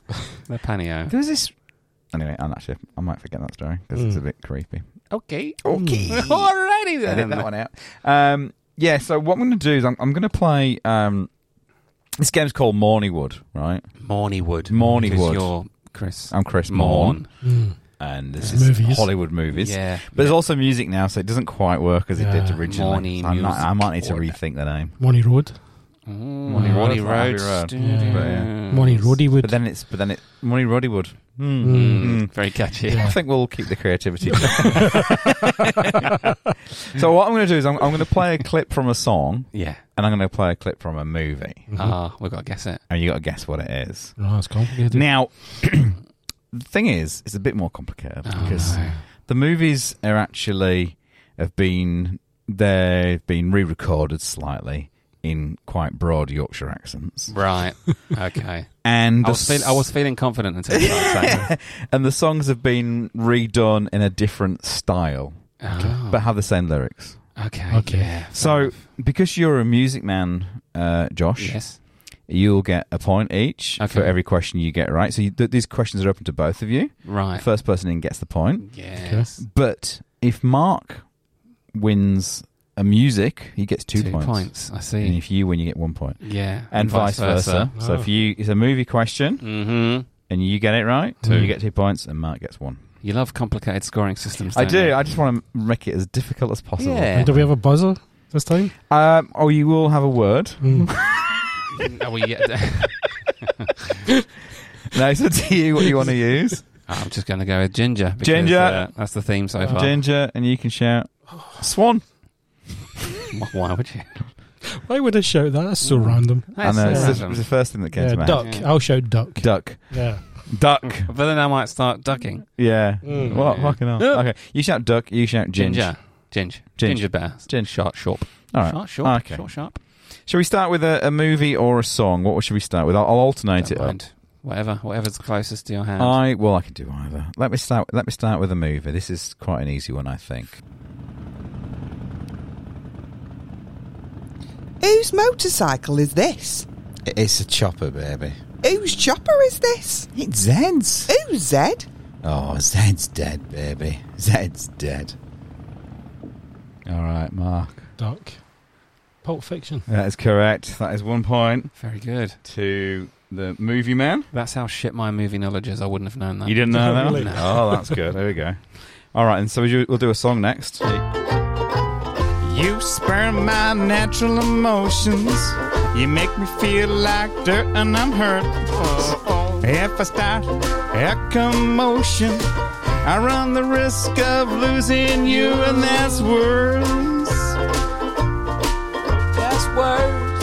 S3: the panio.
S2: There was this. Anyway, I'm actually, I might forget that story because it's
S4: Mm.
S2: a bit creepy.
S3: Okay.
S4: Okay.
S3: Alrighty then.
S2: Edit that one out. Um, yeah, so what I'm going to do is I'm, I'm going to play. Um, this game's called Morneywood, right?
S3: Morneywood.
S2: Morneywood.
S3: Because you're Chris.
S2: I'm Chris Morn,
S3: Morn.
S4: Mm.
S2: and this
S4: It's
S2: is
S4: movies.
S2: Hollywood movies.
S3: Yeah.
S2: But there's also music now, so it doesn't quite work as it did
S4: Yeah.
S2: originally.
S3: Morning
S2: So I, might, I might need to
S3: music.
S2: rethink the name.
S4: Money Road.
S3: Morney
S2: Morney Road,
S3: Road.
S2: Abbey
S3: Road.
S2: Mm. Road.
S4: Yeah.
S2: But,
S4: Money Roadie
S2: But
S4: would.
S2: then it's but then it Money Roddywood. Hmm.
S3: Mm, Very catchy.
S2: I think we'll keep the creativity. so what I'm going to do is I'm, I'm going to play a clip from a song,
S3: Yeah.
S2: and I'm going to play a clip from a movie,
S4: Mhm.
S3: Ah, we've got to guess it.
S2: and you got to guess what it is.
S4: No, Oh, that's complicated.
S2: Now, the thing is, it's a bit more complicated
S3: Oh,
S2: because
S3: no.
S2: the movies are actually have been they've been re-recorded slightly in quite broad Yorkshire accents,
S3: Right. Okay.
S2: and
S3: I
S2: the
S3: was, feel, I was feeling confident until you started saying that.
S2: and the songs have been redone in a different style,
S3: Oh,
S2: but have the same lyrics.
S3: okay.
S4: Okay.
S3: Yeah.
S2: So, because you're a music man, uh, Josh,
S3: Yes.
S2: you'll get a point each
S3: Okay.
S2: for every question you get right. So you, th- these questions are open to both of you.
S3: Right.
S2: First person in gets the point.
S3: Yes.
S2: But if Mark wins a music, he gets two, points.
S3: I
S2: And
S3: see.
S2: if you win, you get one point,
S3: Yeah.
S2: and, vice versa. So
S4: Oh.
S2: if you, it's a movie question,
S3: Mm-hmm.
S2: and you get it right,
S4: Two.
S2: you get two points, and Mark gets one.
S3: You love complicated scoring systems.
S2: I
S3: don't
S2: do.
S3: You?
S2: I just want to make it as difficult as possible.
S3: Yeah.
S4: And do we have a buzzer this time?
S2: Um, oh, you will have a word.
S4: Mm.
S3: Are we yet-
S2: No, it's up to you what you want to use.
S3: I'm just going to go with ginger. because,
S2: Ginger.
S3: uh, that's the theme so far.
S2: Ginger, and you can shout
S4: Oh.
S2: swan.
S3: Why would you?
S4: Why would I shout that? That's so random.
S2: and uh,
S3: That's
S2: it's, the,
S3: random.
S2: it's the first thing that came
S4: Yeah,
S2: to my
S4: duck.
S3: Yeah.
S4: I'll shout duck.
S2: head. Duck.
S4: Yeah.
S2: Duck.
S3: But then I might start ducking.
S2: Yeah.
S4: Mm.
S2: What? Fucking hell.
S3: Yeah.
S2: Okay. You shout duck. You shout ginger.
S3: Ginger. Ginger.
S2: Ginger.
S3: Ginger bear.
S2: Ginger.
S3: Sharp, sharp.
S2: All right.
S3: Sharp, sharp.
S2: Okay.
S3: Short, sharp.
S2: Shall we start with a, a movie or a song? What should we start with? I'll, I'll alternate
S3: Don't
S2: it. up.
S3: mind. Whatever. Whatever's closest to your hand.
S2: I well, I can do either. Let me start. Let me start with a movie. This is quite an easy one, I think.
S6: Whose motorcycle is this?
S2: It's a chopper, baby.
S6: Whose chopper is this?
S2: It's Zed's.
S6: Who's Zed?
S2: Oh, Zed's dead, baby. Zed's dead. All right, Mark.
S4: Duck. Pulp Fiction.
S2: That is correct. That is one point
S3: Very good.
S2: to the movie man.
S3: That's how shit my movie knowledge is. I wouldn't have known that.
S2: You didn't know that?
S4: Really?
S2: Oh, that's good. There we go. All right, and so we- we'll do a song next. You spur my natural emotions. You make me feel like dirt and I'm hurt. If I start a commotion, I run the risk of losing you, and that's worse.
S6: That's worse.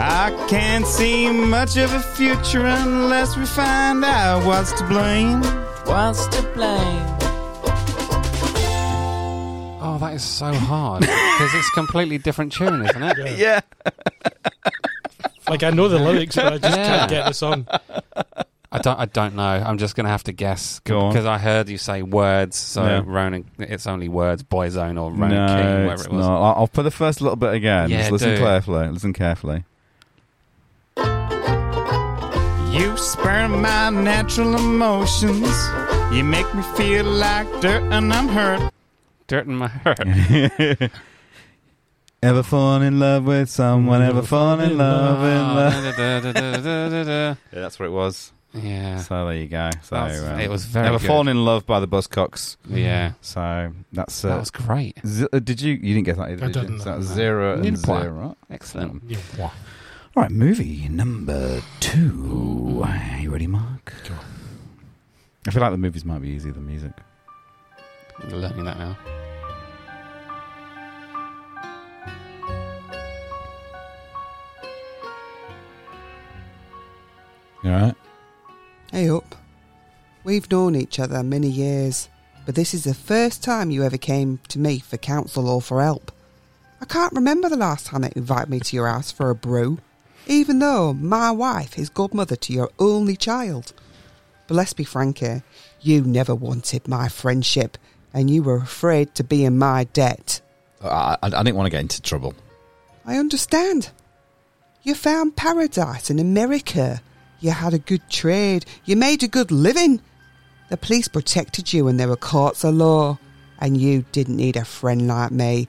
S2: I can't see much of a future unless we find out what's to blame.
S6: Wants to blame.
S3: Oh, that is so hard because it's completely different tune, isn't it?
S2: Yeah.
S4: Like, I know the lyrics, but I just
S3: Yeah.
S4: can't get the song.
S3: I don't. I don't know. I'm just gonna have to guess
S2: Go on.
S3: because I heard you say words. So
S2: Yeah.
S3: Ronan, it's only words. Boyzone or Ronan King,
S2: No,
S3: whatever
S2: it's
S3: it was.
S2: not. I'll, I'll put the first little bit again.
S3: Yeah,
S2: Just listen
S3: do.
S2: carefully. Listen carefully. You spur my natural emotions. You make me feel like dirt and I'm hurt.
S3: Dirt in my heart.
S2: Ever fallen in love with someone? Ever fallen in love? In love?
S3: Da, da, da, da, da, da, da.
S2: Yeah, that's what it was.
S3: Yeah.
S2: So there you go. So
S3: That's-
S2: um,
S3: it was very
S2: They were
S3: good.
S2: falling in love by the Buzzcocks.
S3: yeah.
S2: So that's. Uh,
S3: That was great.
S2: z- uh, did you? You didn't get that either.
S4: I
S2: did you?
S4: didn't
S2: So
S4: know.
S2: that's zero and
S3: Neither did I.
S2: zero.
S3: Excellent.
S4: Yeah.
S2: All right, movie number two. You ready, Mark?
S4: Go
S2: I feel like the movies might be easier than music.
S3: You're learning that now.
S2: You all right?
S6: Hey up. We've known each other many years, but this is the first time you ever came to me for counsel or for help. I can't remember the last time that you invited me to your house for a brew, even though my wife is godmother to your only child. But let's be frank here, you never wanted my friendship, and you were afraid to be in my debt.
S2: Uh, I, I, I didn't want to get into trouble.
S6: I understand. You found paradise in America. You had a good trade. You made a good living. The police protected you and there were courts of law. And you didn't need a friend like me.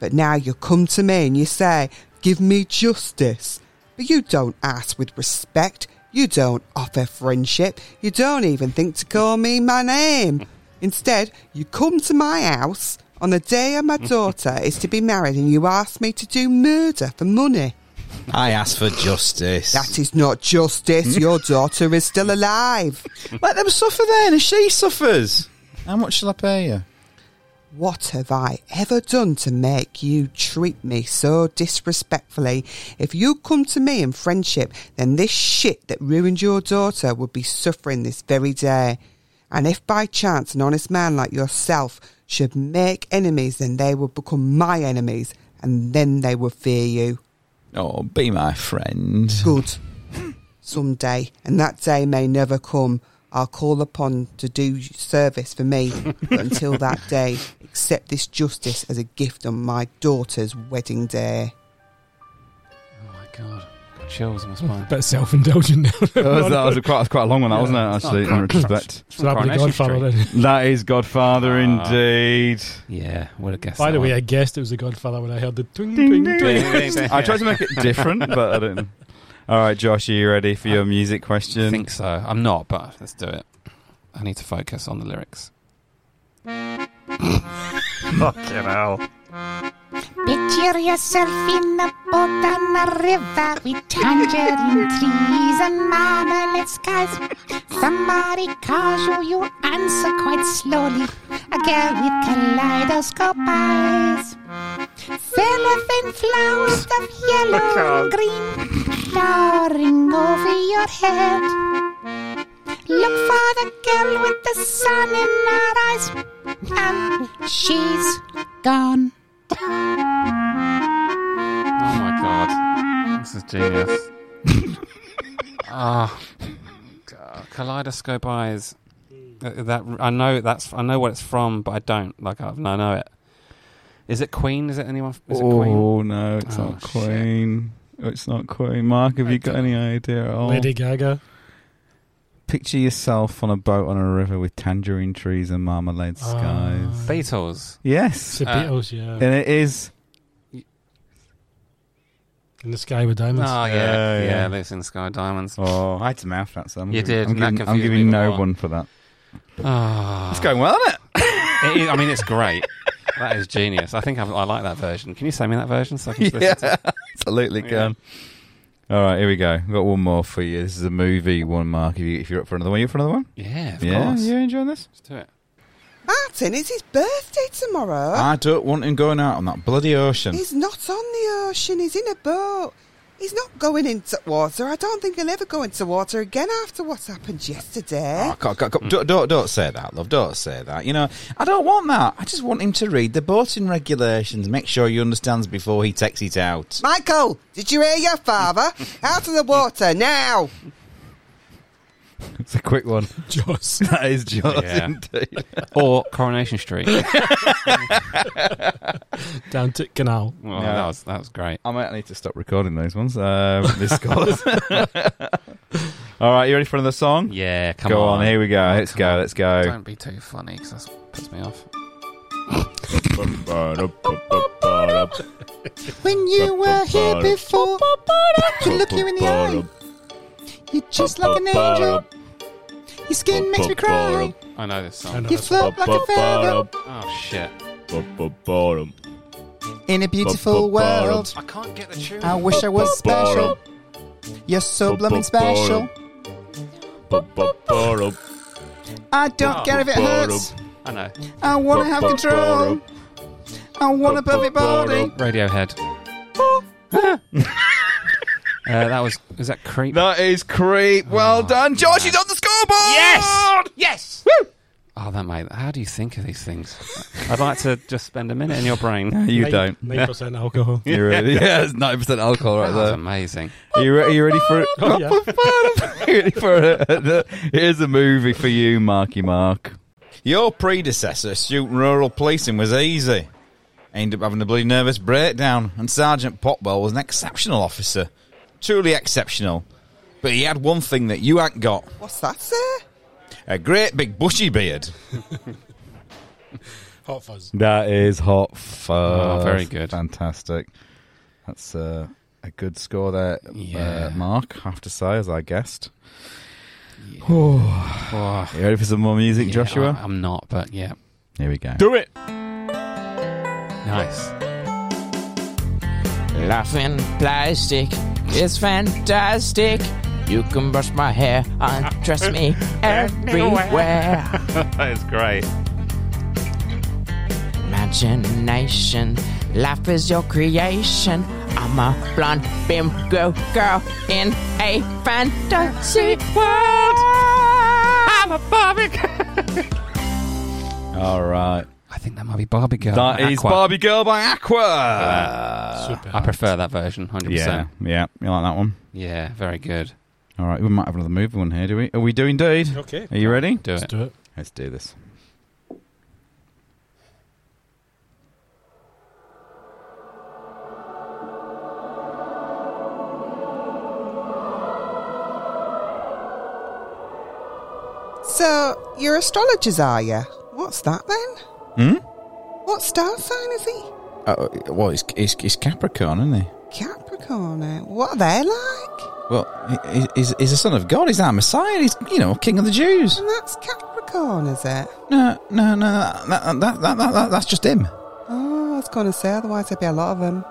S6: But now you come to me and you say, Give me justice. But you don't ask with respect. You don't offer friendship. You don't even think to call me my name. Instead, you come to my house on the day of my daughter is to be married and you ask me to do murder for money.
S7: I asked for justice.
S6: That is not justice. Your daughter is still alive.
S7: Let them suffer then, if she suffers.
S2: How much shall I pay you?
S6: What have I ever done to make you treat me so disrespectfully? If you come to me in friendship, then this shit that ruined your daughter would be suffering this very day. And if by chance an honest man like yourself should make enemies, then they would become my enemies, and then they would fear you.
S7: Oh, be my friend.
S6: Good. Someday, and that day may never come. I'll call upon to do service for me, but until that day, accept this justice as a gift on my daughter's wedding day.
S3: Oh my god. Got chills in my spine.
S8: Bit self indulgent now.
S2: that was, that was a quite, quite a long one, that
S8: Yeah.
S2: wasn't it?
S3: It's
S2: Actually,
S3: not
S2: in
S3: crunch.
S2: respect,
S3: It's
S8: So that'd
S3: from
S8: be the
S3: Coronation
S8: Godfather then.
S2: that is Godfather
S3: Ah.
S2: indeed.
S3: Street. Yeah, would have guessed.
S4: By
S3: that
S4: the way,
S3: one.
S4: I guessed it was the Godfather when I heard the twing,
S2: Ding,
S4: twing,
S2: ding,
S4: twing.
S3: Ding, ding, ding.
S2: I tried to make it different, but I didn't. All right, Josh, are you ready for your music
S3: I
S2: question?
S3: think so. I'm not, but let's do it. I need to focus on the lyrics.
S9: Picture yourself in a boat on a river with tangerine trees and marmalade skies. Somebody calls you, you answer quite slowly. A girl with kaleidoscope eyes. Cellophane flowers of yellow and green flowering over your head. Look for the girl with the sun in her eyes, and she's gone.
S3: Oh my god. This is genius. Ah. God, Kaleidoscope eyes. Th- That I know that's I know what it's from, but I don't like I've, I know it. Is it Queen? Is it anyone? Is it Queen?
S2: Oh no, it's
S3: Oh,
S2: not
S3: shit.
S2: Queen. It's not Queen. Mark, have you got any idea at all?
S4: Lady Gaga.
S2: Picture yourself on a boat on a river with tangerine trees and marmalade
S4: Ah.
S2: skies.
S3: Beatles.
S4: It's
S2: Yes,
S4: the
S3: Uh,
S4: Beatles, yeah.
S2: and it is.
S4: In the sky with
S3: Oh
S4: diamonds.
S3: yeah,
S2: Yeah,
S3: yeah.
S2: yeah.
S3: Lives in Sky Diamonds.
S2: Oh, I had to mouth that. So I'm
S3: You
S2: giving,
S3: did,
S2: I'm
S3: and that
S2: giving, I'm
S3: confused me
S2: giving
S3: even
S2: no
S3: more.
S2: one for that.
S3: Ah.
S2: It's going well, isn't it?
S3: It is- I mean, it's great. That is genius. I think I, I like that version. Can you send me that version so I can just listen to it?
S2: absolutely
S3: Yeah.
S2: can. All right, here we go. We've got one more for you. This is a movie one, Mark. If, you, if you're up for another one, you're up for another one?
S3: Yeah, of
S2: yeah,
S3: course.
S2: you enjoying this?
S3: Let's do it.
S6: Martin, it's his birthday tomorrow.
S2: I don't want him going out on that bloody ocean.
S6: He's not on the ocean, he's in a boat. He's not going into water. I don't think he'll ever go into water again after what's happened yesterday.
S7: Oh, God, God, God. Don't, don't, don't say that, love. Don't say that. You know, I don't want that. I just want him to read the boating regulations. Make sure he understands before he takes it out.
S6: Michael, did you hear your father? Out of the water now!
S2: It's a quick one.
S4: Jaws.
S2: That is Jaws
S3: Yeah.
S2: indeed.
S3: Or Coronation Street. Well,
S4: Down to Canal.
S2: Oh,
S3: that was that was great.
S2: I might need to stop recording those ones. Um, this scores. All right, you ready for another song?
S3: Yeah, come
S2: go
S3: on.
S2: on. here we go. Let's
S3: come
S2: go.
S3: on.
S2: Let's go.
S3: Don't be too funny because that puts me off.
S9: When you were here before, I could look you in the eye. You're just like an angel
S6: Your skin makes me cry.
S3: I know this song.
S4: I know
S6: You
S4: that's
S6: float like a feather
S3: Oh shit!
S6: in a beautiful world.
S3: I can't get the tune.
S6: I wish I was special. You're so blooming special. I don't care if it hurts.
S3: I know.
S6: I wanna have control. I want a perfect body.
S3: Radiohead. uh, that was is that creep? Oh,
S2: That is creep. Well done, George. He's on the scoreboard. Yes.
S3: Yes. Oh, that mate. How do you think of these things? I'd like to just spend a minute in your brain.
S2: You don't.
S4: Nine percent alcohol.
S2: You really? Yeah, it's ninety percent alcohol right
S3: That was
S2: there.
S3: amazing.
S2: Are you, re- are you ready for it?
S4: Oh, yeah.
S2: Are you ready for it? The- Here's a movie for you, Marky Mark.
S7: Your predecessor, shooting rural policing, was easy. Ended up having a bloody nervous breakdown, and Sergeant Potwell was an exceptional officer. Truly exceptional. But he had one thing that you ain't got
S6: What's that, sir?
S7: a great big bushy beard.
S4: Hot fuzz.
S2: That is hot fuzz.
S3: Oh, very good.
S2: Fantastic. That's uh, a good score there,
S3: Yeah.
S2: uh, Mark, I have to say, as I guessed.
S3: Oh,
S2: You ready for some more music,
S3: yeah,
S2: Joshua?
S3: I, am not, but yeah,
S2: Here we go.
S3: do it. Nice.
S8: Laughing plastic is fantastic. You can brush my hair, undress me everywhere.
S3: that is great.
S8: Imagination, life is your creation. I'm a blonde bimbo girl in a fantasy world. Ah! I'm a Barbie
S2: All right.
S3: I think that might be Barbie Girl.
S2: That is
S3: Aqua.
S2: Barbie Girl by Aqua.
S4: Super.
S3: I prefer that version, hundred
S2: Yeah,
S3: percent.
S2: yeah. You like that one?
S3: Yeah, very good.
S2: All right. We might have another movie one here, do we? Are we do indeed?
S4: Okay.
S2: Are you ready?
S3: Do
S4: Let's
S3: it.
S4: do it.
S2: Let's do this.
S6: So, you're astrologers, are you? What's that then? Hmm? What star sign is he?
S7: Uh, well, he's, he's, he's Capricorn, isn't he?
S6: Capricorn. eh? What are they like?
S7: Well, he- he- he's, he's the son of God. He's our Messiah. He's, you know, King of the Jews.
S6: And that's Capricorn, is it?
S7: No, no, no. That, that, that, that, that, that's just him.
S6: Oh, I was going to say, otherwise there'd be a lot of them.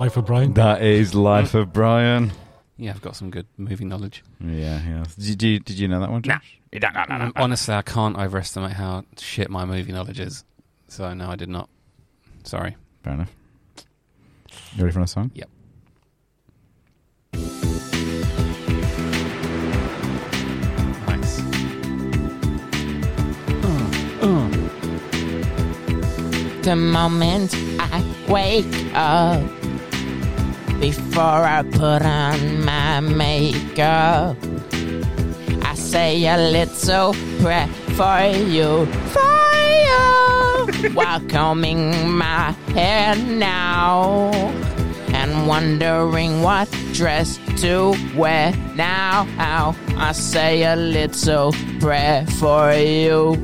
S4: Life of Brian.
S2: That is Life of Brian.
S3: Yeah, I've got some good movie knowledge.
S2: Yeah, yeah. Did you, did you know that one? Josh?
S3: Um, Honestly, I can't overestimate how shit my movie knowledge is. So no, I did not. Sorry.
S2: Fair enough. You ready for another song?
S3: Yep. Nice.
S8: the moment I wake up before I put on my makeup. I say a little prayer for you, for you, while combing my hair now and wondering what dress to wear now. I say a little prayer for you.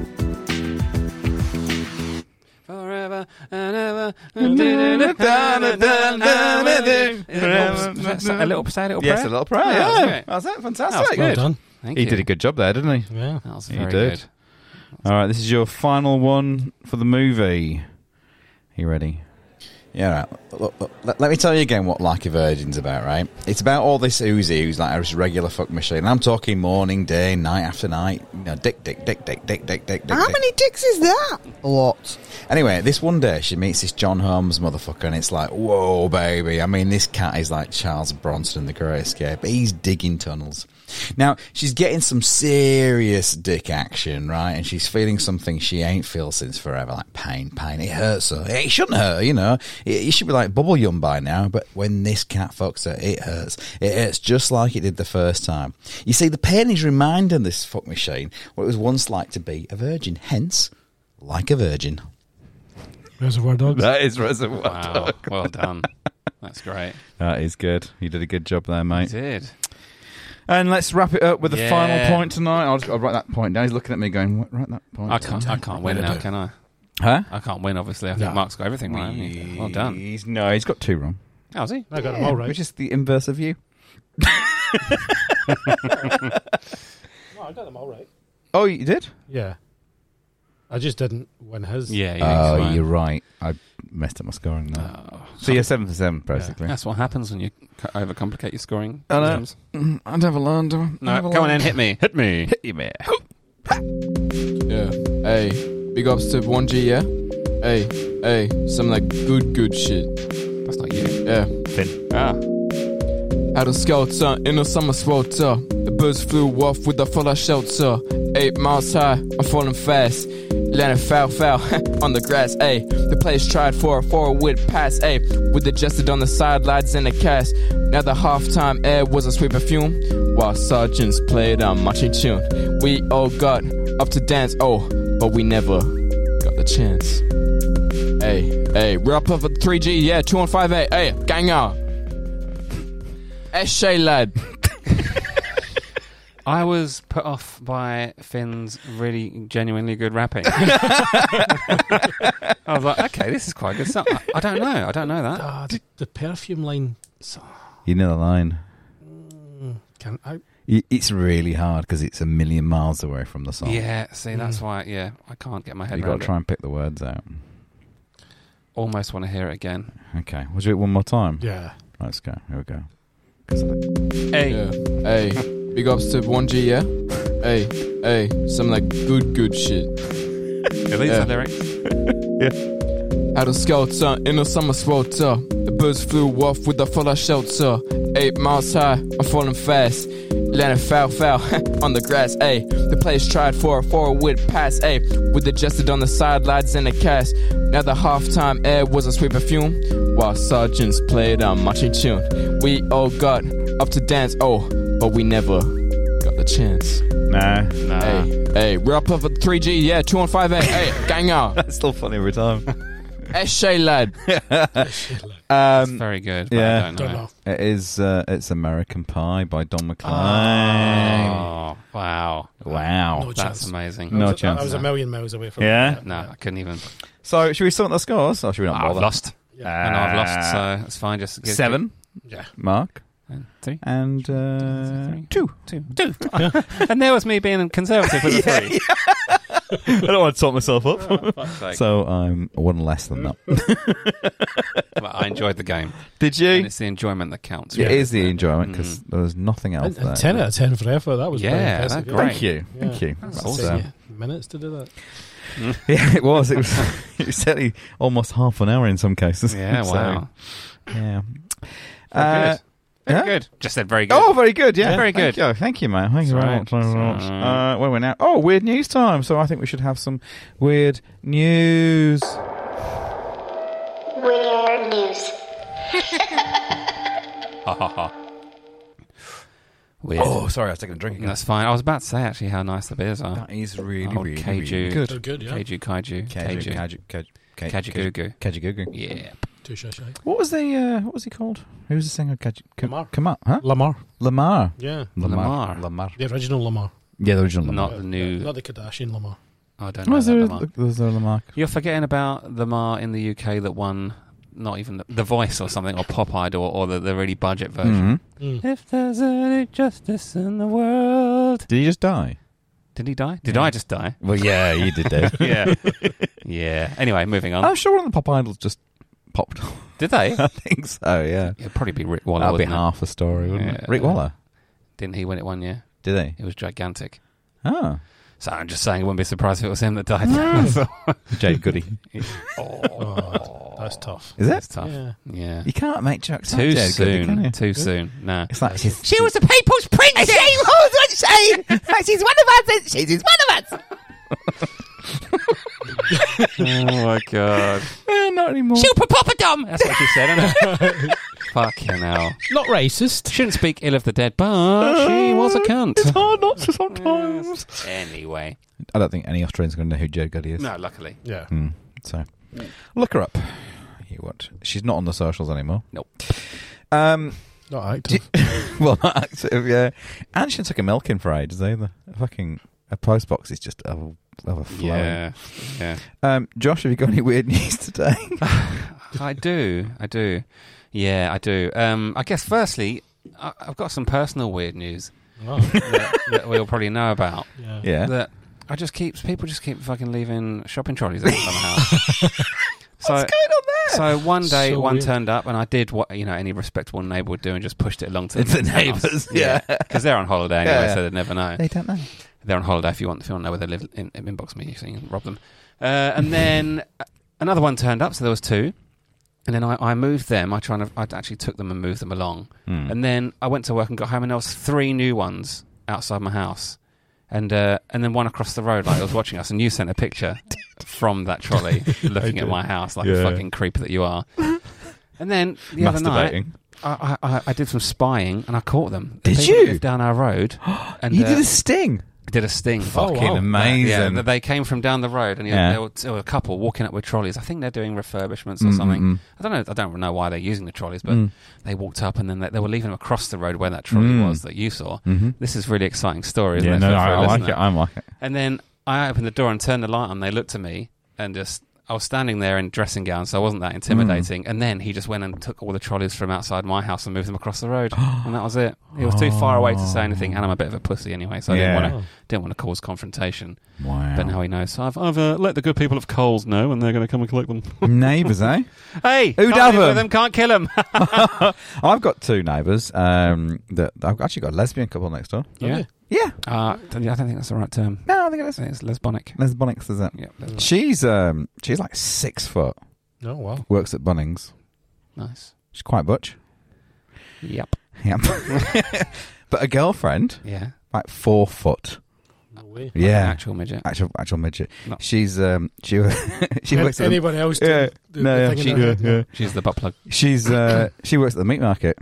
S3: Forever and ever. A little say, a little prayer.
S2: Yes, a little prayer. Yeah,
S3: Yeah, that's
S2: that's it.
S3: great. That was
S2: Fantastic.
S4: Well
S2: Good.
S4: done.
S3: Thank
S2: He
S3: you.
S2: did a good job there, didn't he?
S4: Yeah.
S3: That was
S2: He
S3: very
S2: did.
S3: good.
S2: All right, this is your final one for the movie. You ready?
S7: Yeah, right. Look, look, let, let me tell you again what Like a Virgin's about, right? It's about all this Uzi who's like a regular fuck machine. And I'm talking morning, day, night after night. You know, dick, dick, dick, dick, dick, dick, dick, dick.
S6: How
S7: dick.
S6: many dicks is that? A lot.
S7: Anyway, this one day she meets this John Holmes motherfucker, and it's like, whoa, baby. I mean, this cat is like Charles Bronson in The Great Escape. He's digging tunnels. Now, she's getting some serious dick action, right? And she's feeling something she ain't feel since forever, like pain, pain. It hurts her. It shouldn't hurt her, you know. It, it should be like bubble yum by now, but when this cat fucks her, it hurts. It hurts just like it did the first time. You see, the pain is reminding this fuck machine what it was once like to be a virgin, hence, like a virgin.
S4: Reservoir Dogs.
S2: That is Reservoir.
S3: Wow. Well done. That's great.
S2: That is good. You did a good job there,
S3: He
S2: mate.
S3: did.
S2: And let's wrap it up with the
S3: Yeah.
S2: final point tonight. I'll, just, I'll write that point down. He's looking at me going, what, write that point
S3: I
S2: down."
S3: can't. I can't win now, can I?
S2: Huh?
S3: I can't win. Obviously, I think
S4: No.
S3: Mark's got everything right. hasn't he? Well done.
S2: He's, no, he's got two wrong.
S3: How's Oh, he?
S4: I got them all right.
S2: Which is the inverse of you.
S4: No, I got them all right.
S2: Oh, you did?
S4: Yeah. I just didn't win his.
S3: Yeah,
S2: Oh,
S3: yeah. exactly.
S2: you're right. I messed up my scoring there.
S3: Oh.
S2: so you're seven for seven, basically.
S3: That's what happens when you c- overcomplicate your scoring.
S2: I know.
S3: systems.
S2: I never learned.
S3: No, go on in, hit me. Hit me.
S2: Hit you, mate.
S10: Yeah. Hey, big ups to 1G, yeah? Hey, hey, some like good, good shit.
S3: That's not you.
S10: Yeah.
S3: Ah.
S10: Out of skelter, in a summer swelter. The birds flew off with the full of shelter. Eight miles high, I'm falling fast. Landing foul, foul on the grass, ayy. The players tried for a forward pass, ayy. With adjusted on the sidelines and the cast. Now the halftime air was a sweet perfume. While sergeants played a marching tune. We all got up to dance, oh, but we never got the chance. Hey, hey, we're up over 3G, yeah, 2 on 5A, hey, gang out. Eshay lad.
S3: I was put off by Finn's really genuinely good rapping. I was like, okay, this is quite a good song. I, I don't know. I don't know that.
S4: Ah, the, the perfume line. So,
S2: You know the line.
S4: can I?
S2: Y- It's really hard because it's a million miles away from the song.
S3: Yeah, see, that's
S4: Mm.
S3: why. Yeah, I can't get my head
S2: you got
S3: around
S2: to
S3: it.
S2: try and pick the words out.
S3: Almost want to hear it again.
S2: Okay, we'll do it one more time.
S4: Yeah.
S2: Let's go. Here we go. 'Cause I-
S3: Hey,
S10: Yeah. Hey, big ups to 1G, yeah? Hey, hey, some like good, good shit.
S3: are these
S10: yeah.
S3: the lyrics?
S10: Out of skelter, in a summer swelter. The birds flew off with the full of shelter. Eight miles high, I'm falling fast. Landing foul, foul on the grass, ayy. The players tried for a forward pass, ayy. With adjusted on the sidelines and the cast. Now the halftime air was a sweet perfume. While sergeants played a marching tune. We all got up to dance, oh, but we never got the chance.
S2: Nah,
S3: Nah.
S10: Hey, hey, we're up over 3G, yeah, 2 on 5A, hey, gang out.
S2: that's still funny every time.
S10: Eshay lad. Uh,
S2: um,
S3: Very good. But
S2: yeah.
S3: I don't know.
S4: Don't know.
S2: It is. Uh, it's American Pie by Don McLean.
S3: Oh, wow.
S2: wow.
S4: No
S3: That's
S4: chance.
S3: amazing.
S2: No
S4: I was,
S2: chance.
S4: I was a million miles away from
S2: Yeah?
S4: it.
S3: No, I couldn't even.
S2: So, should we sum up the scores, or should we not
S3: Ah, I've
S2: bother?
S3: lost. I know I've lost,
S2: Uh,
S3: so it's fine. Just get,
S2: seven.
S4: Yeah.
S2: Mark
S3: and three,
S2: and uh,
S3: Three.
S2: two.
S3: two, two. and there was me being conservative with a three. Oh,
S2: I don't want to talk myself up.
S3: Fuck's sake.
S2: so I'm one less than that.
S3: But I enjoyed the game.
S2: Did
S3: And
S2: you?
S3: it's the enjoyment that counts.
S2: It
S3: really, Mm.
S2: is the
S3: isn't it?
S2: enjoyment because there was nothing else
S4: And,
S2: there.
S4: and 10 uh, out of 10 for effort. That was pretty
S3: Yeah,
S4: impressive.
S3: that
S4: yeah.
S3: great.
S2: Thank you. Thank
S4: Yeah.
S2: you.
S4: That's
S2: Well
S4: awesome.
S2: done.
S4: Minutes to do that.
S2: Yeah, it was. It was, it was certainly almost half an hour in some cases.
S3: Yeah,
S2: So,
S3: wow.
S2: Yeah.
S3: Very
S2: Uh,
S3: good. Very
S2: yeah.
S3: good. Just said very good.
S2: Oh, very good. Yeah,
S3: Yeah, very
S2: thank
S3: good.
S2: You. Thank you, man. Thank you
S3: It's
S2: very
S3: all
S2: much.
S3: right. Mm.
S2: Very
S3: It's
S2: much.
S3: all
S2: Uh, where we're now? Oh, weird news time. So I think we should have some weird news.
S11: Weird news.
S3: Weird.
S2: Oh, sorry, I was taking a drink
S3: That's fine. I was about to say actually how nice the beers are.
S2: That is really,
S3: Oh,
S2: really,
S3: Keiju.
S2: really
S4: They're
S2: good.
S4: good, yeah.
S3: Keiju,
S2: Keiju,
S3: Kaiju, Keiju,
S2: Keiju, Keiju, Keiju, Keiju,
S3: Kajugugu.
S2: Keiju.
S3: Yeah.
S4: Two shy shy.
S2: What was the uh, what was he called? Who was the singer? Keiju? Ke-
S4: Lamar.
S2: Kamar, huh?
S4: Lamar.
S2: Lamar.
S4: Yeah.
S3: Lamar.
S2: Lamar.
S4: The original Lamar.
S2: Yeah, the original Lamar.
S3: Not the new. Oh,
S4: Not the Kardashian Lamar.
S3: I don't know.
S2: Was
S3: that
S2: Oh, there,
S3: Lamar.
S2: was there a Lamar?
S3: You're forgetting about the Mar in the UK that won not even the, the Voice or something, or Pop Idol, or the, the really budget version.
S2: Mhm.
S4: Mm.
S3: If there's any justice in the world.
S2: Did he just die?
S3: Did he die? Did I just die?
S2: Well, yeah, he did, Dave.
S3: Yeah. yeah. Anyway, moving on.
S2: I'm sure one of the pop idols just popped.
S3: Did they?
S2: I think so. Yeah,
S3: It'd probably be Rick Waller.
S2: that'd be
S3: wouldn't it?
S2: half a story, wouldn't it?
S3: Yeah.
S2: Rick Waller,
S3: Didn't he win it one year?
S2: did he?
S3: It was gigantic.
S2: Oh,
S3: So I'm just saying, I wouldn't be surprised if it was him that died. That's all.
S2: Jade Goody.
S4: Oh, that's tough.
S2: Is
S3: That's
S2: it?
S3: tough.
S4: Yeah.
S3: Yeah.
S2: You can't make jokes
S3: Too
S2: like Jade Goody, can you?
S3: soon. Too soon. Nah.
S2: It's like she's,
S8: She was the people's princess. She was She's one of us. She's one of us.
S3: oh my god.
S2: Eh, not anymore.
S8: Super poppadom.
S3: That's what she said, isn't it? Fucking hell.
S4: Not racist.
S3: Shouldn't speak ill of the dead, but she was a cunt.
S2: Uh, hard not to sometimes.
S3: Anyway.
S2: I don't think any Australian's going to know who Jade Goody is.
S3: No, luckily.
S4: Yeah.
S2: Hmm, so look her up. You what? She's not on the socials anymore.
S3: Nope.
S2: Um.
S4: Not active.
S2: Well, not active. Yeah. And she took a milk in for ages either. Fucking a postbox is just over, overflowing.
S3: Yeah. Yeah.
S2: Um, Josh, have you got any weird news today?
S3: I do. I do. Yeah, I do. Um, I guess firstly, I, I've got some personal weird news
S4: Oh,
S3: that, that we all probably know about.
S4: yeah.
S2: Yeah.
S3: That I just keep people just keep fucking leaving shopping trolleys out of my house. so, What's going on there? So one day,
S4: So
S3: one
S4: weird.
S3: turned up, and I did what you know any respectable neighbour would do, and just pushed it along to
S2: It's the
S3: next house.
S2: neighbours, yeah.
S3: because they're on holiday anyway,
S2: yeah.
S3: so they'd never know.
S2: They don't know.
S3: They're on holiday. If you want, if you want to know where they live, in, inbox me so you can rob them. Uh, and then uh, another one turned up, so there was two. And then I, I moved them. I trying to, I actually took them and moved them along. And then I went to work and got home, and there was three new ones outside my house, and uh, and then one across the road. Like it was watching us, and you sent a picture from that trolley looking at my house like a
S2: Yeah.
S3: fucking creep that you are. and then the other night,
S2: Masturbating.
S3: I, I, I- I did some spying and I caught them.
S2: Did
S3: They
S2: you?
S3: lived down our road? And
S2: you
S3: uh,
S2: did a sting.
S3: did a sting.
S2: Fucking
S4: wow.
S2: amazing.
S3: Yeah, Oh, that they came from down the road, and you
S2: Yeah.
S3: there, were, there were a couple walking up with trolleys. I think they're doing refurbishments or
S2: Mm,
S3: something. I don't know. I don't know why they're using the trolleys, but they walked up and then they, they were leaving them across the road where that trolley was that you saw. This is really exciting story. Isn't
S2: Mm. Mm-hmm. Yeah,
S3: it,
S2: no, no,
S3: for- for a
S2: I like
S3: listener?
S2: it. I like it.
S3: And then I opened the door and turned the light on. They looked at me and just. I was standing there in dressing gown, so I wasn't
S2: Mm.
S3: that intimidating. And then he just went and took all the trolleys from outside my house and moved them across the road, and that was it. He was too far away to say anything, and I'm a bit of a pussy anyway, so I
S2: Yeah.
S3: didn't want to didn't want to cause confrontation.
S2: Wow.
S3: But now he knows. So I've, I've uh, let the good people of Coles know, and they're going to come and collect them.
S2: Neighbours, eh?
S3: hey,
S2: Who'd have
S3: can't leave with
S2: 'em?
S3: them? Can't kill them.
S2: I've got two neighbours. Um, that I've actually got a lesbian couple next door. Oh,
S3: yeah.
S2: Yeah.
S3: Uh, I don't think that's the right term.
S2: No, I think it
S3: I
S2: is.
S3: think it's lesbonic.
S2: There's Bonnix, is it?
S3: Yeah, lesbonic.
S2: She's um, she's like six foot.
S4: No, Oh, wow.
S2: Works at Bunnings.
S3: nice.
S2: She's quite butch.
S3: Yep.
S2: Yep. but a girlfriend,
S3: Yeah.
S2: like four foot.
S4: No way.
S3: An
S2: Yeah.
S3: actual midget.
S2: Actual actual midget.
S3: No.
S2: She's um she she works at the,
S4: Anybody else? do
S2: yeah,
S4: the,
S2: no,
S4: the
S2: yeah,
S4: thing in
S2: she-
S4: their head?
S2: yeah, yeah.
S3: She's the butt plug.
S2: She's uh she works at the meat market.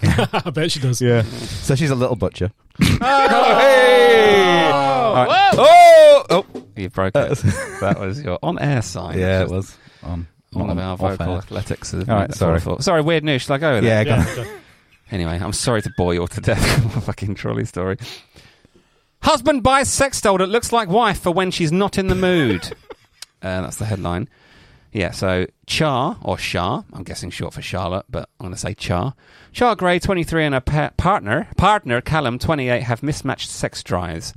S4: I bet she does.
S2: Yeah. So she's a little butcher. Oh, hey! All right. oh! oh!
S3: You broke
S2: That
S3: it.
S2: was-
S3: that was your on-air sign.
S2: Yeah, it
S3: Just
S2: was. On,
S3: All
S2: on-
S3: of our
S2: off
S3: vocal
S2: air.
S3: athletics. Of
S2: All right, sorry.
S3: Sorry, weird news. Shall I go with it?
S2: Yeah, go on.
S4: Yeah,
S3: Anyway, I'm sorry to bore you all to death with my fucking trolley story. Husband buys sextoy that looks like wife for when she's not in the mood. uh, that's the headline. Yeah, so Char, or Shar, I'm guessing short for Charlotte, but I'm going to say Char. Char Gray, 23, and her pa- partner, partner Callum, 28, have mismatched sex drives.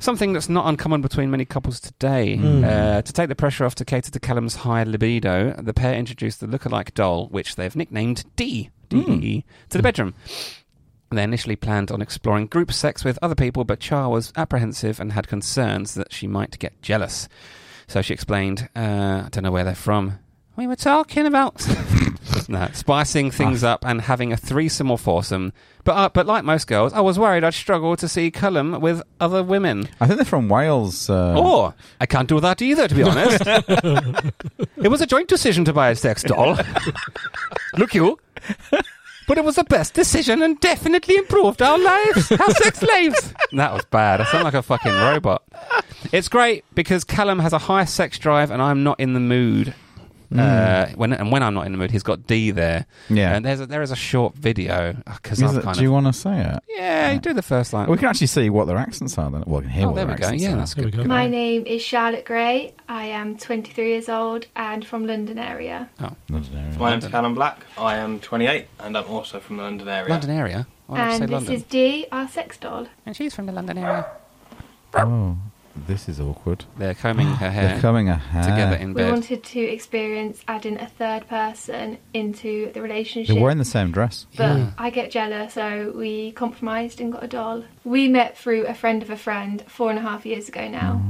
S3: Something that's not uncommon between many couples today. Uh, to take the pressure off to cater to Callum's high libido, the pair introduced the lookalike doll, which they've nicknamed D, D-E, to the bedroom. They initially planned on exploring group sex with other people, but Char was apprehensive and had concerns that she might get jealous. So she explained, uh, I don't know where they're from. We were talking about no, spicing things up and having a threesome or foursome. But, uh, but like most girls, I was worried I'd struggle to see Cullum with other women.
S2: I think they're from Wales. Uh,
S3: Or Oh, I can't do that either, to be honest. it was a joint decision to buy a sex doll. Look, you. But it was the best decision and definitely improved our lives, our sex lives. That was bad. I sound like a fucking robot. It's great because Callum has a high sex drive and I'm not in the mood. Uh, when and when I'm not in the mood, he's got D there.
S2: Hmm. Yeah.
S3: and there's a, there is a short video because
S2: Is
S3: I'm
S2: it-
S3: kind
S2: do you
S3: of
S2: want to say it?
S3: yeah. You do the first line.
S2: We can actually see what their accents are. Then, well, we can hear
S3: oh,
S2: what
S3: there
S2: their
S3: we go.
S2: accents
S3: Yeah,
S2: are.
S3: that's
S4: There we
S3: good.
S4: go.
S11: My name is Charlotte Gray. I am 23 years old and from London area.
S12: My name's Callum Black. I am 28, and I'm also from the London area.
S3: London area. Why did I Oh, say
S11: and this
S3: London?
S11: is Dee, our sex doll.
S3: And she's from the London area.
S2: Oh, this is awkward.
S3: They're combing her
S2: They're
S3: hair
S2: coming ahead.
S3: together in
S11: We
S3: bed.
S11: wanted to experience adding a third person into the relationship.
S2: They're wearing the same dress.
S11: but I get jealous, so we compromised and got a doll. We met through a friend of a friend four and a half years ago now.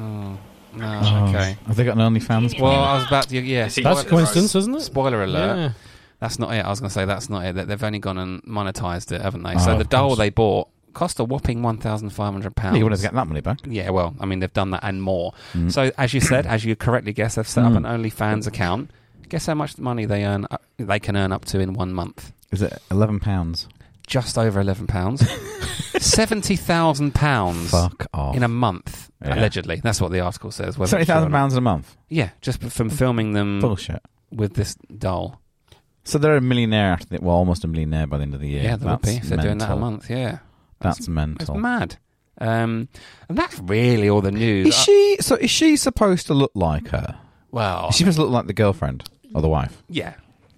S3: Oh, okay.
S2: Have they got an OnlyFans?
S3: Well, I was about to. Yeah.
S12: Is he
S4: That's
S12: one
S4: a
S12: of the
S4: coincidence,
S12: roads?
S4: isn't it?
S3: Spoiler alert.
S4: Yeah.
S3: That's not it. I was going to say that's not it. That They've only gone and monetized it, haven't they?
S4: Oh,
S3: so the doll they bought cost a whopping one thousand five hundred pounds.
S2: you want to get that money back? Mm.
S3: Yeah, well, I mean, they've done that and more. So, as you said, as you correctly guessed, they've set up an OnlyFans account. Guess how much money they earn? Uh, they can earn up to in one month.
S2: Is it eleven pounds?
S3: Just over eleven pounds. Seventy thousand pounds.
S2: Fuck off.
S3: in a month,
S2: Yeah.
S3: allegedly. That's what the article says. whether
S2: Seventy
S3: it's true or
S2: thousand
S3: not.
S2: pounds in a month.
S3: Yeah, just b- from filming them
S2: Bullshit.
S3: Mm. with this doll.
S2: So they're a millionaire after the, well, almost a millionaire by the end of the year.
S3: Yeah, they would
S2: that's
S3: be if they're doing that a
S2: mental.
S3: month. Yeah,
S2: That's,
S3: it's
S2: mental.
S3: mad. Um, and that's really all the news.
S2: Is
S3: I-
S2: she? So is she supposed to look like her?
S3: well,
S2: Is she supposed to look like the girlfriend or the wife?
S3: yeah,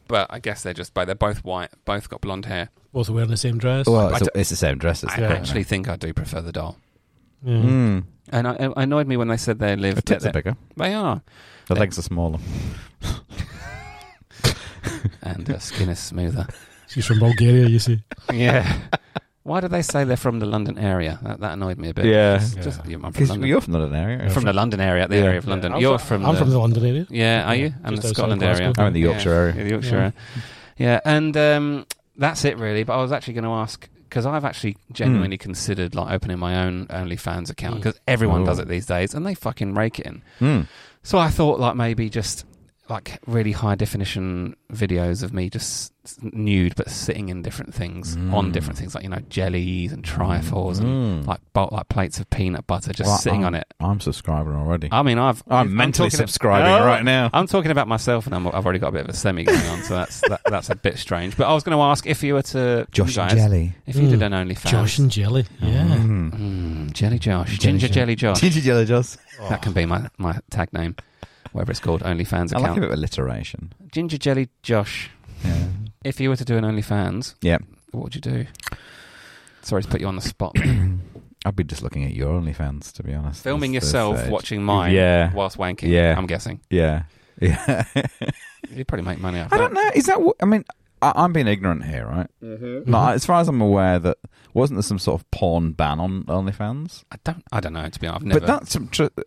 S3: but I guess they're just both they're both white, both got blonde hair.
S4: Both wearing the same dress.
S2: Well,
S3: I
S2: it's,
S3: d-
S2: it's the same dress. It's
S3: I
S2: the same.
S3: actually think I do prefer the doll.
S4: Yeah.
S2: Mm.
S3: And I, it annoyed me when they said they
S2: The
S3: lived.
S2: tits are
S3: that-
S2: bigger.
S3: They are,
S2: The legs are smaller.
S3: and her skin is smoother.
S4: She's from Bulgaria, you see.
S3: Yeah. Why do they say they're from the London area? That, that annoyed me a bit.
S2: Yeah.
S3: Just- just- I'm from
S2: 'Cause
S3: London.
S2: you're from the London area.
S3: From, the London area, the
S2: Yeah.
S3: area of London.
S4: I'm
S3: you're
S4: fr-
S3: from.
S4: I'm from the London area.
S3: Yeah, are you? And
S4: Just
S3: the
S4: outside
S3: Scotland
S4: Glasgow.
S3: area.
S2: I'm in the Yorkshire
S3: yeah.
S2: area.
S3: Yeah, the Yorkshire
S4: Yeah.
S3: area. Yeah, and um, that's it really. But I was actually going to ask because I've actually
S2: Hmm.
S3: genuinely considered like opening my own OnlyFans
S4: Hmm.
S3: account because everyone
S2: Oh.
S3: does it these days, and they fucking rake it in.
S2: Mm.
S3: So I thought like maybe just like really high definition videos of me just s- nude but sitting in different things
S2: Hmm.
S3: on different things like you know jellies and trifles and
S2: Mm.
S3: like bo- like plates of peanut butter just
S2: Well,
S3: sitting
S2: I'm-
S3: on it.
S2: I'm subscribing already.
S3: I mean I've
S2: I'm mentally
S3: talking-
S2: subscribing
S3: Oh,
S2: right now.
S3: I'm talking about myself and I'm, I've already got a bit of a semi going on so that's that, that's a bit strange. But I was going to ask if you were to
S2: Josh
S3: you
S2: and
S3: guys,
S2: Jelly. Hmm.
S3: if you did
S4: Mm.
S3: an OnlyFans
S4: Josh and Jelly. Yeah.
S2: Mm.
S3: Mm, Jelly Josh
S4: Jelly
S3: Ginger
S4: Josh.
S3: Jelly Josh
S2: Ginger Jelly does.
S3: that can be my my tag name whatever it's called OnlyFans
S2: I
S3: account.
S2: like a bit of alliteration.
S3: Ginger Jelly Josh.
S2: Yeah.
S3: If you were to do an OnlyFans,
S2: Yeah.
S3: what would you do? Sorry to put you on the spot.
S2: I'd be just looking at your OnlyFans, to be honest.
S3: Filming
S2: That's-
S3: yourself
S2: that's it.
S3: watching mine
S2: Yeah.
S3: whilst wanking.
S2: Yeah.
S3: I'm guessing
S2: Yeah. Yeah.
S3: you'd probably make money. Off
S2: I
S3: that.
S2: don't know. Is that what. I mean, I, I'm being ignorant here, right?
S4: Mm-hmm.
S3: Mm-hmm.
S2: Like, as far as I'm aware, that wasn't there some sort of porn ban on OnlyFans?
S3: I don't. I don't know. To be honest, I've never.
S2: But that's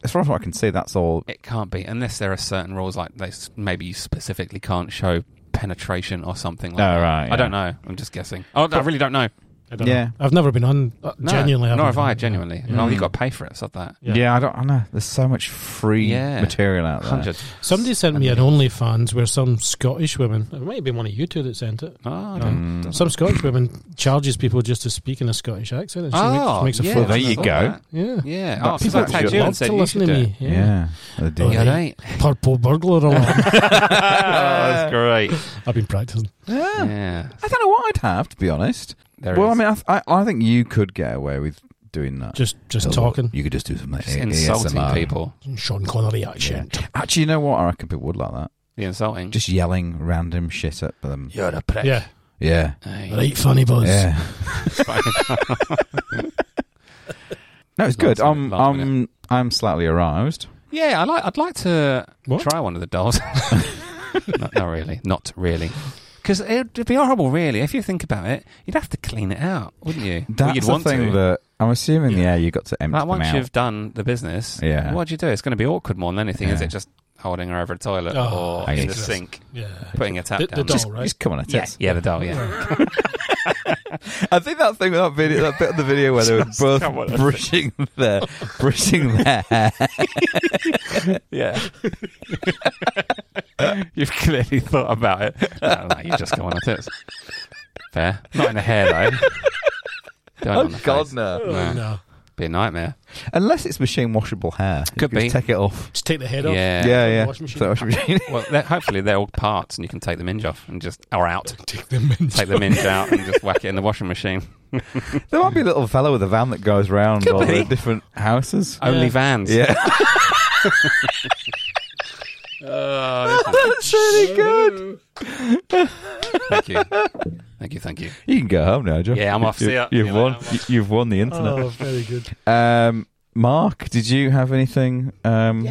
S2: as far as I can see, that's all.
S3: it can't be unless there are certain rules like they s- maybe you specifically can't show penetration or something like
S2: Oh,
S3: that.
S2: right,
S3: I don't
S2: yeah.
S3: know. I'm just guessing. Oh, I really don't know.
S4: I don't
S2: Yeah.
S4: know. I've never been on. uh,
S3: No,
S4: genuinely, haven't
S3: nor have I.
S4: been on.
S3: Genuinely. No,
S2: Mm.
S3: you got to pay for it. It's not that.
S2: Yeah,
S4: Yeah.
S2: I don't. I know. There's so much free
S3: Yeah.
S2: material out there.
S3: Hundred.
S4: Somebody sent me an OnlyFans where some Scottish woman, it might have been one of you two that sent it.
S3: Oh, I don't- don't-
S4: Some Scottish woman charges people just to speak in a Scottish accent, and she
S3: Oh,
S4: makes, makes a
S3: yeah,
S4: full.
S2: There you
S3: I thought
S2: go.
S3: that.
S4: Yeah,
S3: Yeah.
S2: But
S3: Oh,
S2: people
S3: people tagged you
S4: love
S3: and
S4: to
S3: said you
S4: listen
S3: should
S4: to
S3: do it. Oh,
S4: me.
S2: yeah.
S4: Yeah.
S2: they do. Oh,
S4: Yeah.
S3: right.
S4: purple burglar alarm.
S2: that's great.
S4: I've been practicing.
S2: Yeah.
S3: Yeah.
S2: I don't know what I'd have to be honest.
S3: There
S2: well,
S3: is.
S2: I mean, I, th- I, I think you could get away with doing that.
S4: Just, just
S2: So
S4: talking.
S2: You could just do some like
S3: Just
S2: A-
S3: insulting
S2: ASMR.
S3: people.
S4: Sean Connery accent.
S2: Actually, you know what? I reckon people would like that.
S3: The insulting.
S2: Just yelling random shit at them.
S3: you're a prick.
S4: Yeah.
S2: Yeah.
S4: Right, funny buzz.
S2: Yeah. No, it's good.
S3: Last minute,
S2: I'm,
S3: last
S2: I'm, I'm slightly aroused.
S3: yeah, I like. I'd like to
S4: What?
S3: try one of the dolls. not, not really. Not really. Because it'd be horrible, really. If you think about it, you'd have to clean it out, wouldn't you? Well,
S2: That's
S3: you'd
S2: the
S3: want
S2: thing
S3: to.
S2: that I'm assuming. Yeah, you got to empty
S3: like
S2: them
S3: once
S2: out.
S3: you've done the business,
S2: Yeah.
S3: what do you do? It's going to be awkward more than anything, is
S2: Yeah.
S3: it? Just holding her over a toilet
S4: Oh,
S3: or in the
S2: Jesus.
S3: sink,
S4: Yeah.
S3: putting a tap
S4: The, the
S3: down.
S4: doll,
S3: Just-
S4: right?
S2: Just come on, it's
S3: yeah, yeah, the doll, yeah.
S2: I think that thing, that video, that bit of the video where they were both brushing their brushing their hair.
S3: Yeah. You've clearly thought about it. No, no, you just go on a tits. Fair. Not in the hair, though. Don't on the face.
S2: Oh, no!
S3: No.
S4: Oh, no.
S3: Be a nightmare.
S2: Unless it's machine washable hair, You
S3: Could
S2: can just
S3: be.
S2: take it off.
S4: Just take the head off.
S3: Yeah.
S2: Yeah, yeah.
S4: Washing machine.
S2: Put it in the washing machine.
S3: Well, they're, hopefully they're all parts and you can take the minge off and just, or out.
S4: Take the mint.
S3: Take the minge out and just whack it in the washing machine.
S2: there might be a little fellow with a van that goes round
S3: Could
S2: all the
S3: be.
S2: different houses.
S3: Only vans.
S2: Yeah,
S3: Oh,
S2: that's really good.
S3: Thank you. Thank you, thank you.
S2: You can go home now, John.
S3: Yeah, I'm off. See
S2: You,
S3: ya.
S2: have
S3: See you
S2: won.
S3: later.
S2: you- You've won the internet.
S4: Oh, very good.
S2: Um, Mark, did you have anything? Um,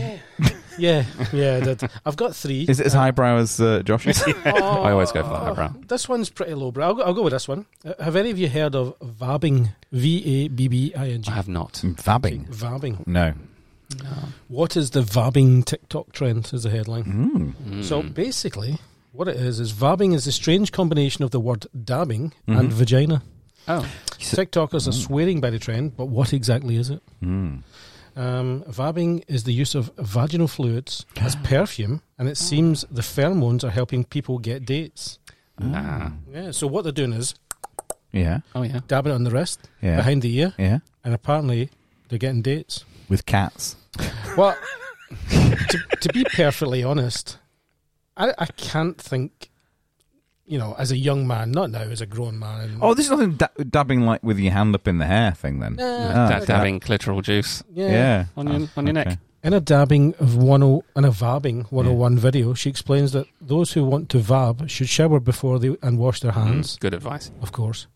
S4: Yeah, yeah, I did. I've got three. oh,
S2: Is it as highbrow as uh, Josh's?
S3: I always go for that eyebrow.
S4: This one's pretty low, but I'll go, I'll go with this one. Uh, Have any of you heard of vabbing? V A B B I N G.
S3: I have not.
S2: Vabbing.
S4: Vabbing.
S2: No.
S4: What is the vabbing TikTok trend? Is the headline.
S2: Mm.
S4: So basically, what it is is vabbing is a strange combination of the word dabbing and
S2: Mm-hmm.
S4: vagina.
S3: Oh.
S4: TikTokers are swearing by the trend, but what exactly is it?
S2: Mm.
S4: Um, vabbing is the use of vaginal fluids as perfume, and it seems the pheromones are helping people get dates.
S3: Nah.
S4: Yeah. So what they're doing is
S2: Yeah.
S3: Oh, yeah.
S4: dabbing it on the wrist,
S2: Yeah.
S4: behind the ear,
S2: Yeah.
S4: and apparently they're getting dates.
S2: With cats.
S4: Well, to, to be perfectly honest, I, I can't think, you know, as a young man, not now, as a grown man. And,
S2: Oh, there's nothing da- dabbing like with your hand up in the hair thing then.
S4: Nah,
S2: Ah,
S3: Da- dabbing clitoral juice
S4: yeah.
S2: Yeah.
S3: on your,
S2: Oh,
S3: on your
S2: okay.
S3: neck.
S4: In a dabbing of 10 and a vabbing 101 video, she explains that those who want to vab should shower before they and wash their
S2: Mm-hmm.
S4: hands.
S3: Hmm, Good advice.
S4: Of course.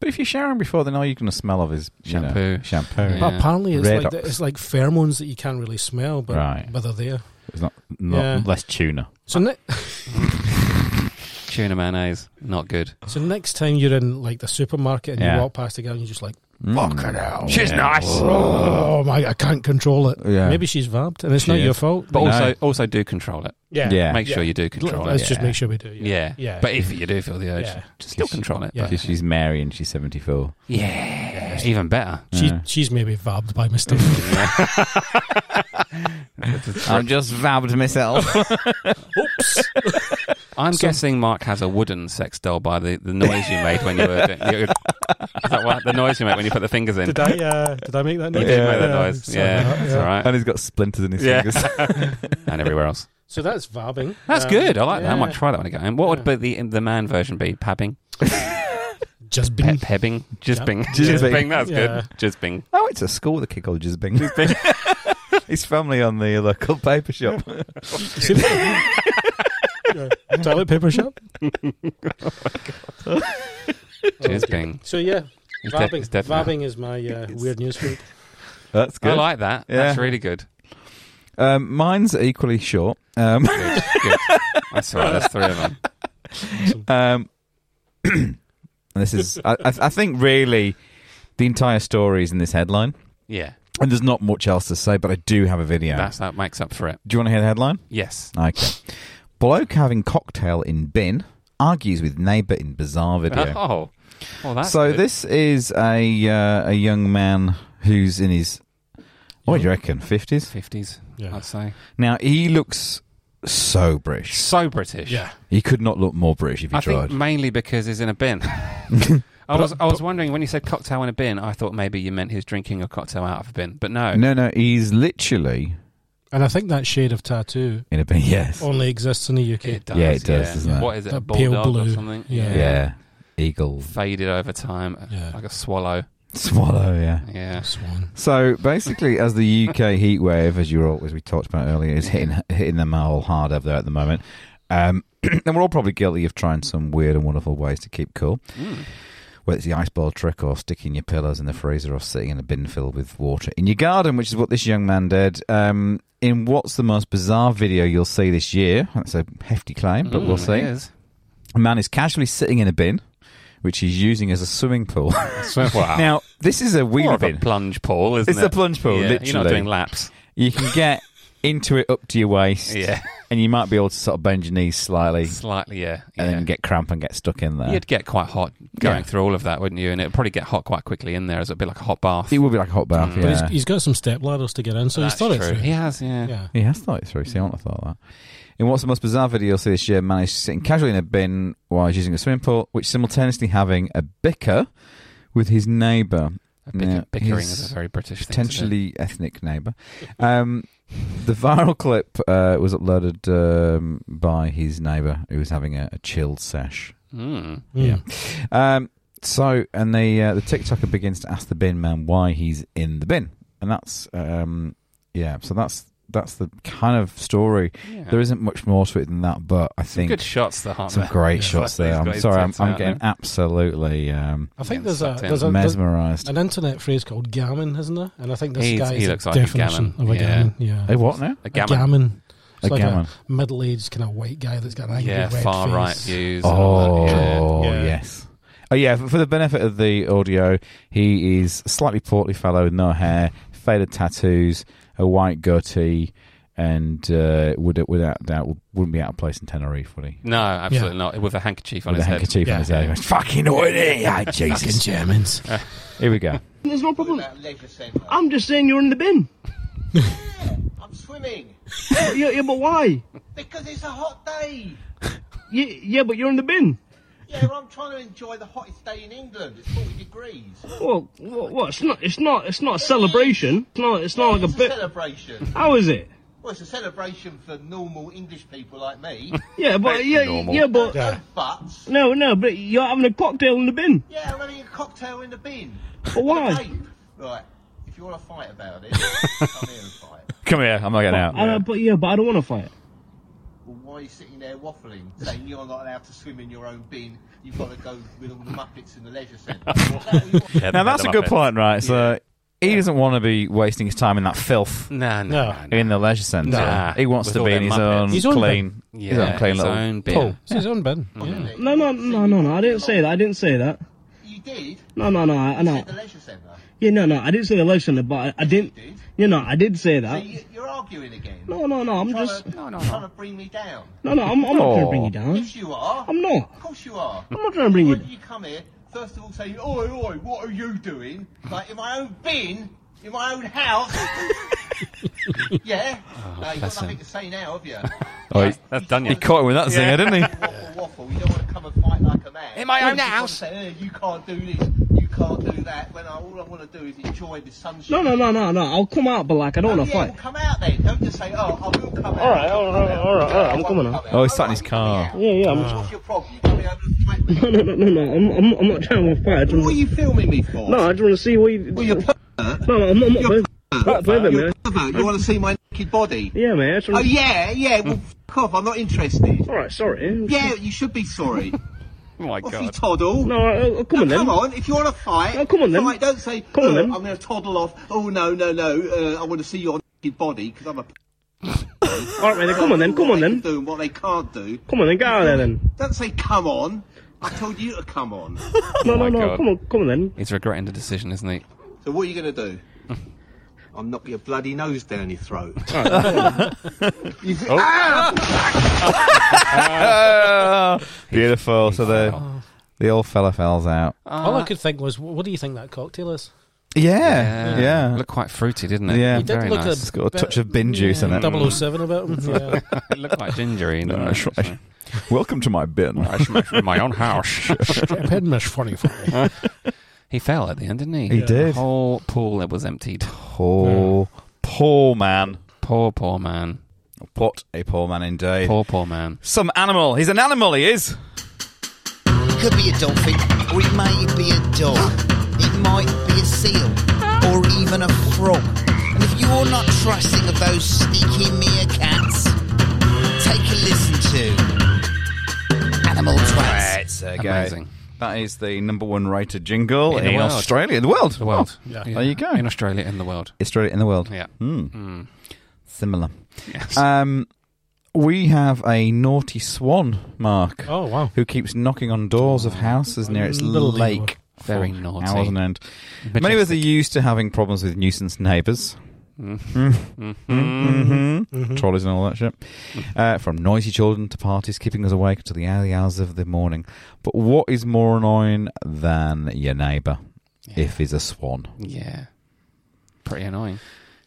S2: But if you're showering before, then all you're going to smell of is you know,
S3: Shampoo.
S2: shampoo.
S4: But apparently, it's
S2: Oh, Red
S4: like,
S2: Ox.
S4: it's like pheromones that you can't really smell, but,
S2: Right.
S4: but they're there.
S2: It's not, not
S4: Yeah.
S2: less tuna.
S4: So, ne-
S3: Tuna mayonnaise, not good.
S4: so next time you're in like the supermarket and
S2: Yeah.
S4: you walk past a girl and you're just like,
S2: Mm.
S3: She's nice.
S4: oh my, I can't control it.
S2: Yeah.
S4: Maybe she's vabbed and it's
S2: She
S4: not your
S2: is.
S4: fault.
S3: But
S2: No.
S3: also, also do control it.
S4: yeah.
S2: Yeah.
S3: Make sure
S4: Yeah.
S3: you do control
S4: Let's
S3: it.
S4: just
S2: Yeah.
S4: make sure we do.
S3: Yeah. yeah.
S4: Yeah.
S3: But if you do feel the urge,
S4: Yeah.
S3: just still control it.
S4: Yeah.
S3: But
S2: She's- She's Mary and she's 74.
S3: yeah. Even better.
S4: She,
S2: Yeah.
S4: She's maybe vabbed by mistake.
S2: I'm just vabbed myself.
S3: I'm guessing Mark has a wooden sex doll by the, the noise you made when you were. Doing, you, is that what, the noise you make when you put the fingers in?
S4: did I? Uh, did I make that noise?
S3: You did make that
S4: Yeah.
S3: noise.
S4: Sorry
S3: Yeah,
S4: about that,
S3: that's all right.
S2: and he's got splinters in his
S3: Yeah.
S2: fingers.
S3: And everywhere else.
S4: So that's vabbing.
S3: That's
S4: Um,
S3: good. I like that. I
S4: yeah.
S3: might try that when I get home. What would be the the man version be? Pabbing,
S4: Just
S3: Pe-
S4: being.
S3: pebbing, jizzbing,
S2: Jizzbing.
S3: jizzbing. That's
S4: Yeah.
S3: good. Jizzbing.
S2: I went to school with Oh, a kid called Jizbing. His family on the local paper shop.
S4: Toilet paper shop.
S3: Jizzbing.
S4: So yeah,
S3: It's de-
S4: vabbing.
S3: it's definitely-
S4: vabbing is my uh, weird news feed.
S2: That's
S3: I
S2: good.
S3: like that.
S2: Yeah.
S3: That's really good.
S2: um, mine's equally short. Um,
S3: Good. good. That's all right. That's three of them.
S2: um, and Um, this is, I, I I think, really the entire story is in this headline.
S3: Yeah.
S2: And there's not much else to say, but I do have a video.
S3: That's, that makes up for it.
S2: do you want to hear the headline?
S3: Yes.
S2: Okay. Bloke having cocktail in bin argues with neighbour in bizarre video.
S3: Oh. Well, that's
S2: so
S3: good.
S2: this is a uh, a young man who's in his what do you reckon fifties?
S3: 50s,
S4: Yeah.
S3: I'd say.
S2: Now he looks so British.
S3: So British.
S4: Yeah.
S2: He could not look more British if he
S3: I
S2: tried.
S3: think mainly because he's in a bin. I was I was wondering when you said cocktail in a bin, I thought maybe you meant he's drinking a cocktail out of a bin, but no.
S2: no, no, he's literally
S4: And I think that shade of tattoo
S2: in a bin. Yes,
S4: only exists in the UK.
S3: It does.
S2: Yeah, it does, doesn't it?
S3: What is it? A
S4: That pale
S3: bulldog or
S4: blue.
S3: something?
S4: Yeah.
S2: yeah, eagle
S3: Faded over time, uh,
S4: Yeah.
S3: like a swallow.
S2: swallow. Yeah.
S3: Yeah.
S4: Swan.
S2: So basically, as the UK heat wave, as you all, as we talked about earlier, is hitting hitting them all hard over there at the moment. Um, and we're all probably guilty of trying some weird and wonderful ways to keep cool, whether it's the ice ball trick or sticking your pillows in the freezer or sitting in a bin filled with water in your garden, which is what this young man did. Um, in what's the most bizarre video you'll see this year? That's a hefty claim, but we'll
S3: Mm,
S2: see.
S3: it is.
S2: A man is casually sitting in a bin, which he's using as a swimming pool.
S3: wow.
S2: now, this is a
S3: More
S2: wheelie
S3: of a
S2: bin.
S3: plunge pool, isn't
S2: It's
S3: it?
S2: a plunge pool,
S3: Yeah, You're
S2: literally.
S3: not doing laps.
S2: you can get into it up to your waist,
S3: Yeah.
S2: and you might be able to sort of bend your knees slightly,
S3: Slightly, yeah.
S2: and
S3: yeah.
S2: then get cramp and get stuck in there.
S3: You'd get quite hot going
S2: Yeah.
S3: through all of that, wouldn't you? And it'd probably get hot quite quickly in there, as it'd be like a hot bath.
S2: it would be like a hot bath.
S3: Mm.
S2: Yeah.
S4: But he's, he's got some step ladders to get in, so he's
S3: That's
S4: thought it
S3: true.
S4: through.
S3: He has, yeah.
S4: Yeah.
S2: he has thought it through. See, I wouldn't have thought of that. In what's the most bizarre video you'll see this year, managed sitting casually in a bin while he's using a swimming pool, which simultaneously having a bicker with his neighbour,
S3: A bick-
S2: Yeah,
S3: bickering
S2: he's
S3: is a very British thing. to do.
S2: potentially ethnic neighbour. Um, the viral clip uh, was uploaded um, by his neighbour who was having a, a chilled sesh.
S3: Mm.
S4: Mm.
S2: Um, so, and the uh, the TikToker begins to ask the bin man why he's in the bin, and that's um, yeah. So that's that's the kind of story.
S3: Yeah.
S2: There isn't much more to it than that, but I think
S3: good shots, though, aren't
S2: some
S3: there?
S2: great
S3: Yeah.
S2: shots
S3: These
S2: there. I'm
S3: guys
S2: sorry, I'm,
S3: tits
S2: I'm
S3: out
S2: getting absolutely um,
S4: I think
S3: Yeah,
S4: there's a
S3: sucked in.
S4: there's, a, there's
S2: mesmerized.
S4: an internet phrase called gammon, isn't there? And I think this
S3: He's-
S4: guy
S3: he
S4: is
S3: looks
S4: the
S3: like a
S4: definition
S3: gammon.
S4: of a
S3: Yeah.
S4: gammon. Yeah.
S2: A what now?
S3: A
S4: A
S3: gammon.
S4: gammon. It's
S2: A
S4: like
S2: gammon.
S4: a middle-aged kind of white guy that's got an angry
S3: Yeah,
S4: red
S3: far
S4: face.
S3: right views. and all
S2: Oh
S3: that, yeah.
S4: Yeah.
S2: yes. Oh yeah. For for the benefit of the audio, he is a slightly portly fellow with no hair, faded tattoos, a white goatee, and uh, would without doubt wouldn't be out of place in Tenerife, would he?
S3: No, absolutely not. With a handkerchief on
S2: With a
S3: his head.
S2: handkerchief on his
S4: Yeah.
S2: head. Fucking oily. Ah,
S4: Fucking
S2: Jesus.
S4: Germans.
S2: Here we go.
S5: There's no problem. I'm just saying you're in the bin.
S1: I'm swimming
S5: Yeah, yeah, but why?
S1: because it's a hot day.
S5: Yeah, yeah, but you're in the bin.
S1: Yeah, I'm trying to enjoy the hottest day in England. It's 40 degrees.
S5: Well, what, what? It's not. It's not. It's not a celebration. It's not. It's not like
S1: it's
S5: a bit.
S1: celebration.
S5: How is it?
S1: Well, it's a celebration for normal English people like me.
S5: Yeah, but yeah,
S3: normal.
S5: yeah, but
S1: No buts.
S5: no, no, but you're having a cocktail in the bin.
S1: Yeah, I'm having a cocktail in the bin.
S5: But why?
S1: Vape. Right. If If you want to fight about it, come here and fight.
S2: Come here, I'm not getting out.
S5: I don't- but yeah, but I don't want to fight.
S1: Well, why are you sitting there waffling, saying you're not allowed to swim in your own bin? You've got to go with all the Muppets in the leisure centre.
S2: now that's a good point, right? So he doesn't want to be wasting his time in that filth.
S3: No,
S4: no,
S2: in the leisure centre.
S3: Nah.
S2: He wants
S3: With
S2: to
S3: all
S2: be
S3: their
S2: in his
S3: Muppets.
S2: own,
S3: His own
S2: clean,
S3: bin.
S2: his own
S3: Yeah,
S2: clein
S3: his
S2: little
S3: own bin.
S2: pool.
S4: It's his own bin.
S1: Oh,
S4: Yeah.
S5: No, no, no, no, no. I didn't say that. I didn't say that.
S1: You did?
S5: No, no, no. I,
S1: You
S5: no.
S1: said the leisure centre.
S5: Yeah, no, no. I didn't say the love center, but I, I didn't. You know, I did say
S1: So
S5: that.
S1: you, you're arguing again.
S5: No, no, no. I'm
S1: Trying
S5: just.
S1: To, Trying to bring me down.
S5: No, no. I'm, I'm not going to bring you down.
S1: Yes, you are.
S5: I'm not.
S1: Of course you are.
S5: I'm not trying to bring
S1: Why
S5: you.
S1: do you come here, first of all, saying, Oi, oi, what are you doing? Like, in my own bin, in my own house. yeah?
S5: Ah,
S1: no, you've got
S3: bless
S1: nothing
S3: him.
S1: to say now, have you?
S2: Oh,
S1: Yeah,
S2: he-
S3: That's done
S2: He
S3: you.
S2: caught him with that
S3: Yeah.
S2: zinger, didn't he?
S1: Waffle, waffle. You don't want to come and fight like a man.
S8: In my
S1: You
S8: own
S1: just wanna
S8: house.
S1: Say, "Eh, you can't do this. You can't do that. When I, all I want to do is enjoy the sunshine.
S5: No, no, no, no, no. I'll come out, but like I don't
S1: Oh,
S5: want to
S1: yeah,
S5: fight.
S1: Well, come out then. Don't just say, "Oh, I will come out."
S5: All right, all right, all right, all right. I'm coming out.
S2: Oh, he's sat in his car.
S5: Yeah, yeah. I'm,
S1: What's your problem? You coming over to threaten me?
S5: No, no, no, no, no. I'm, I'm, I'm not trying to fight. I just
S1: What are
S5: want
S1: you filming me for?
S5: to, no, I just want to see what you.
S1: Well, you're
S5: no, no, I'm not, I'm not
S1: You're-
S5: bothered. I'm not bothered, man.
S1: You want to see my naked body?
S5: Yeah, man. I just
S1: Oh
S5: want to,
S1: yeah, yeah. Well, f off. I'm not interested.
S5: Mm. All right, sorry.
S1: Yeah, you should be sorry.
S3: Oh my
S1: Off you
S3: god.
S1: toddle.
S5: No, I, I, come on
S1: Now,
S5: then.
S1: Come on, if you want to fight,
S5: Oh, come on then.
S1: fight. Don't say,
S5: Come on
S1: "Oh,
S5: then."
S1: I'm going to toddle off. Oh, no, no, no. Uh, I want to see your naked body because I'm a.
S5: All right, then. Come on then. Come
S1: what
S5: on
S1: they
S5: then.
S1: can Do and what they can't do.
S5: Come on then. Get out of there then.
S1: Don't say, come on. I told you to come on.
S2: Oh
S5: No, no,
S3: Oh my
S5: no.
S3: God.
S5: Come on, come on then.
S3: He's regretting the decision, isn't he?
S1: So, what are you going to do? I'll knock your bloody nose down your throat. You ah! think-
S3: Uh,
S2: Oh, beautiful. So the the old fella fells out.
S4: All
S3: Ah.
S4: I could think was, what do you think that cocktail is?
S2: Yeah, yeah.
S3: Looked quite fruity, didn't it?
S2: Yeah.
S4: He did
S3: Very
S4: look
S3: nice.
S2: It's got a touch of bin juice in it.
S4: 007 about him. Yeah.
S3: it looked like gingery. didn't
S2: No,
S3: it,
S2: sure.
S3: actually?
S2: Welcome to my bin.
S3: I smashed with my own house.
S4: Strip head mesh funny for me.
S3: he fell at the end, didn't he?
S2: He
S3: The
S2: did.
S3: whole pool that was emptied.
S2: Poor, poor man.
S3: Poor, poor man.
S2: Put a poor man indeed.
S3: Poor, poor man.
S2: Some animal. He's an animal. He is.
S13: could be a dolphin, or it may be a dog. It might be a seal, or even a frog. And if you're not trusting of those sneaky meerkats, take a listen to Animal Twats.
S2: Right, so
S3: Amazing.
S2: That is the number one rated jingle
S3: In
S2: in,
S3: the world.
S2: Australia, in the world. Oh,
S3: The world.
S4: Yeah.
S2: There you go.
S3: In Australia, in the world.
S2: Australia in the world.
S3: Yeah.
S2: Hmm.
S3: Mm.
S2: Similar.
S3: Yes.
S2: Um, we have a naughty swan, Mark,
S4: Oh, wow.
S2: who keeps knocking on doors of houses near its
S4: Unbelievable.
S2: lake.
S3: Very
S2: for
S3: naughty.
S2: Hours on end. Many of us are used to having problems with nuisance neighbours. Mm-hmm. Trolleys and all that shit. Uh, from noisy children to parties, keeping us awake until the early hours of the morning. But what is more annoying than your neighbour if he's a swan?
S3: Yeah. Pretty annoying.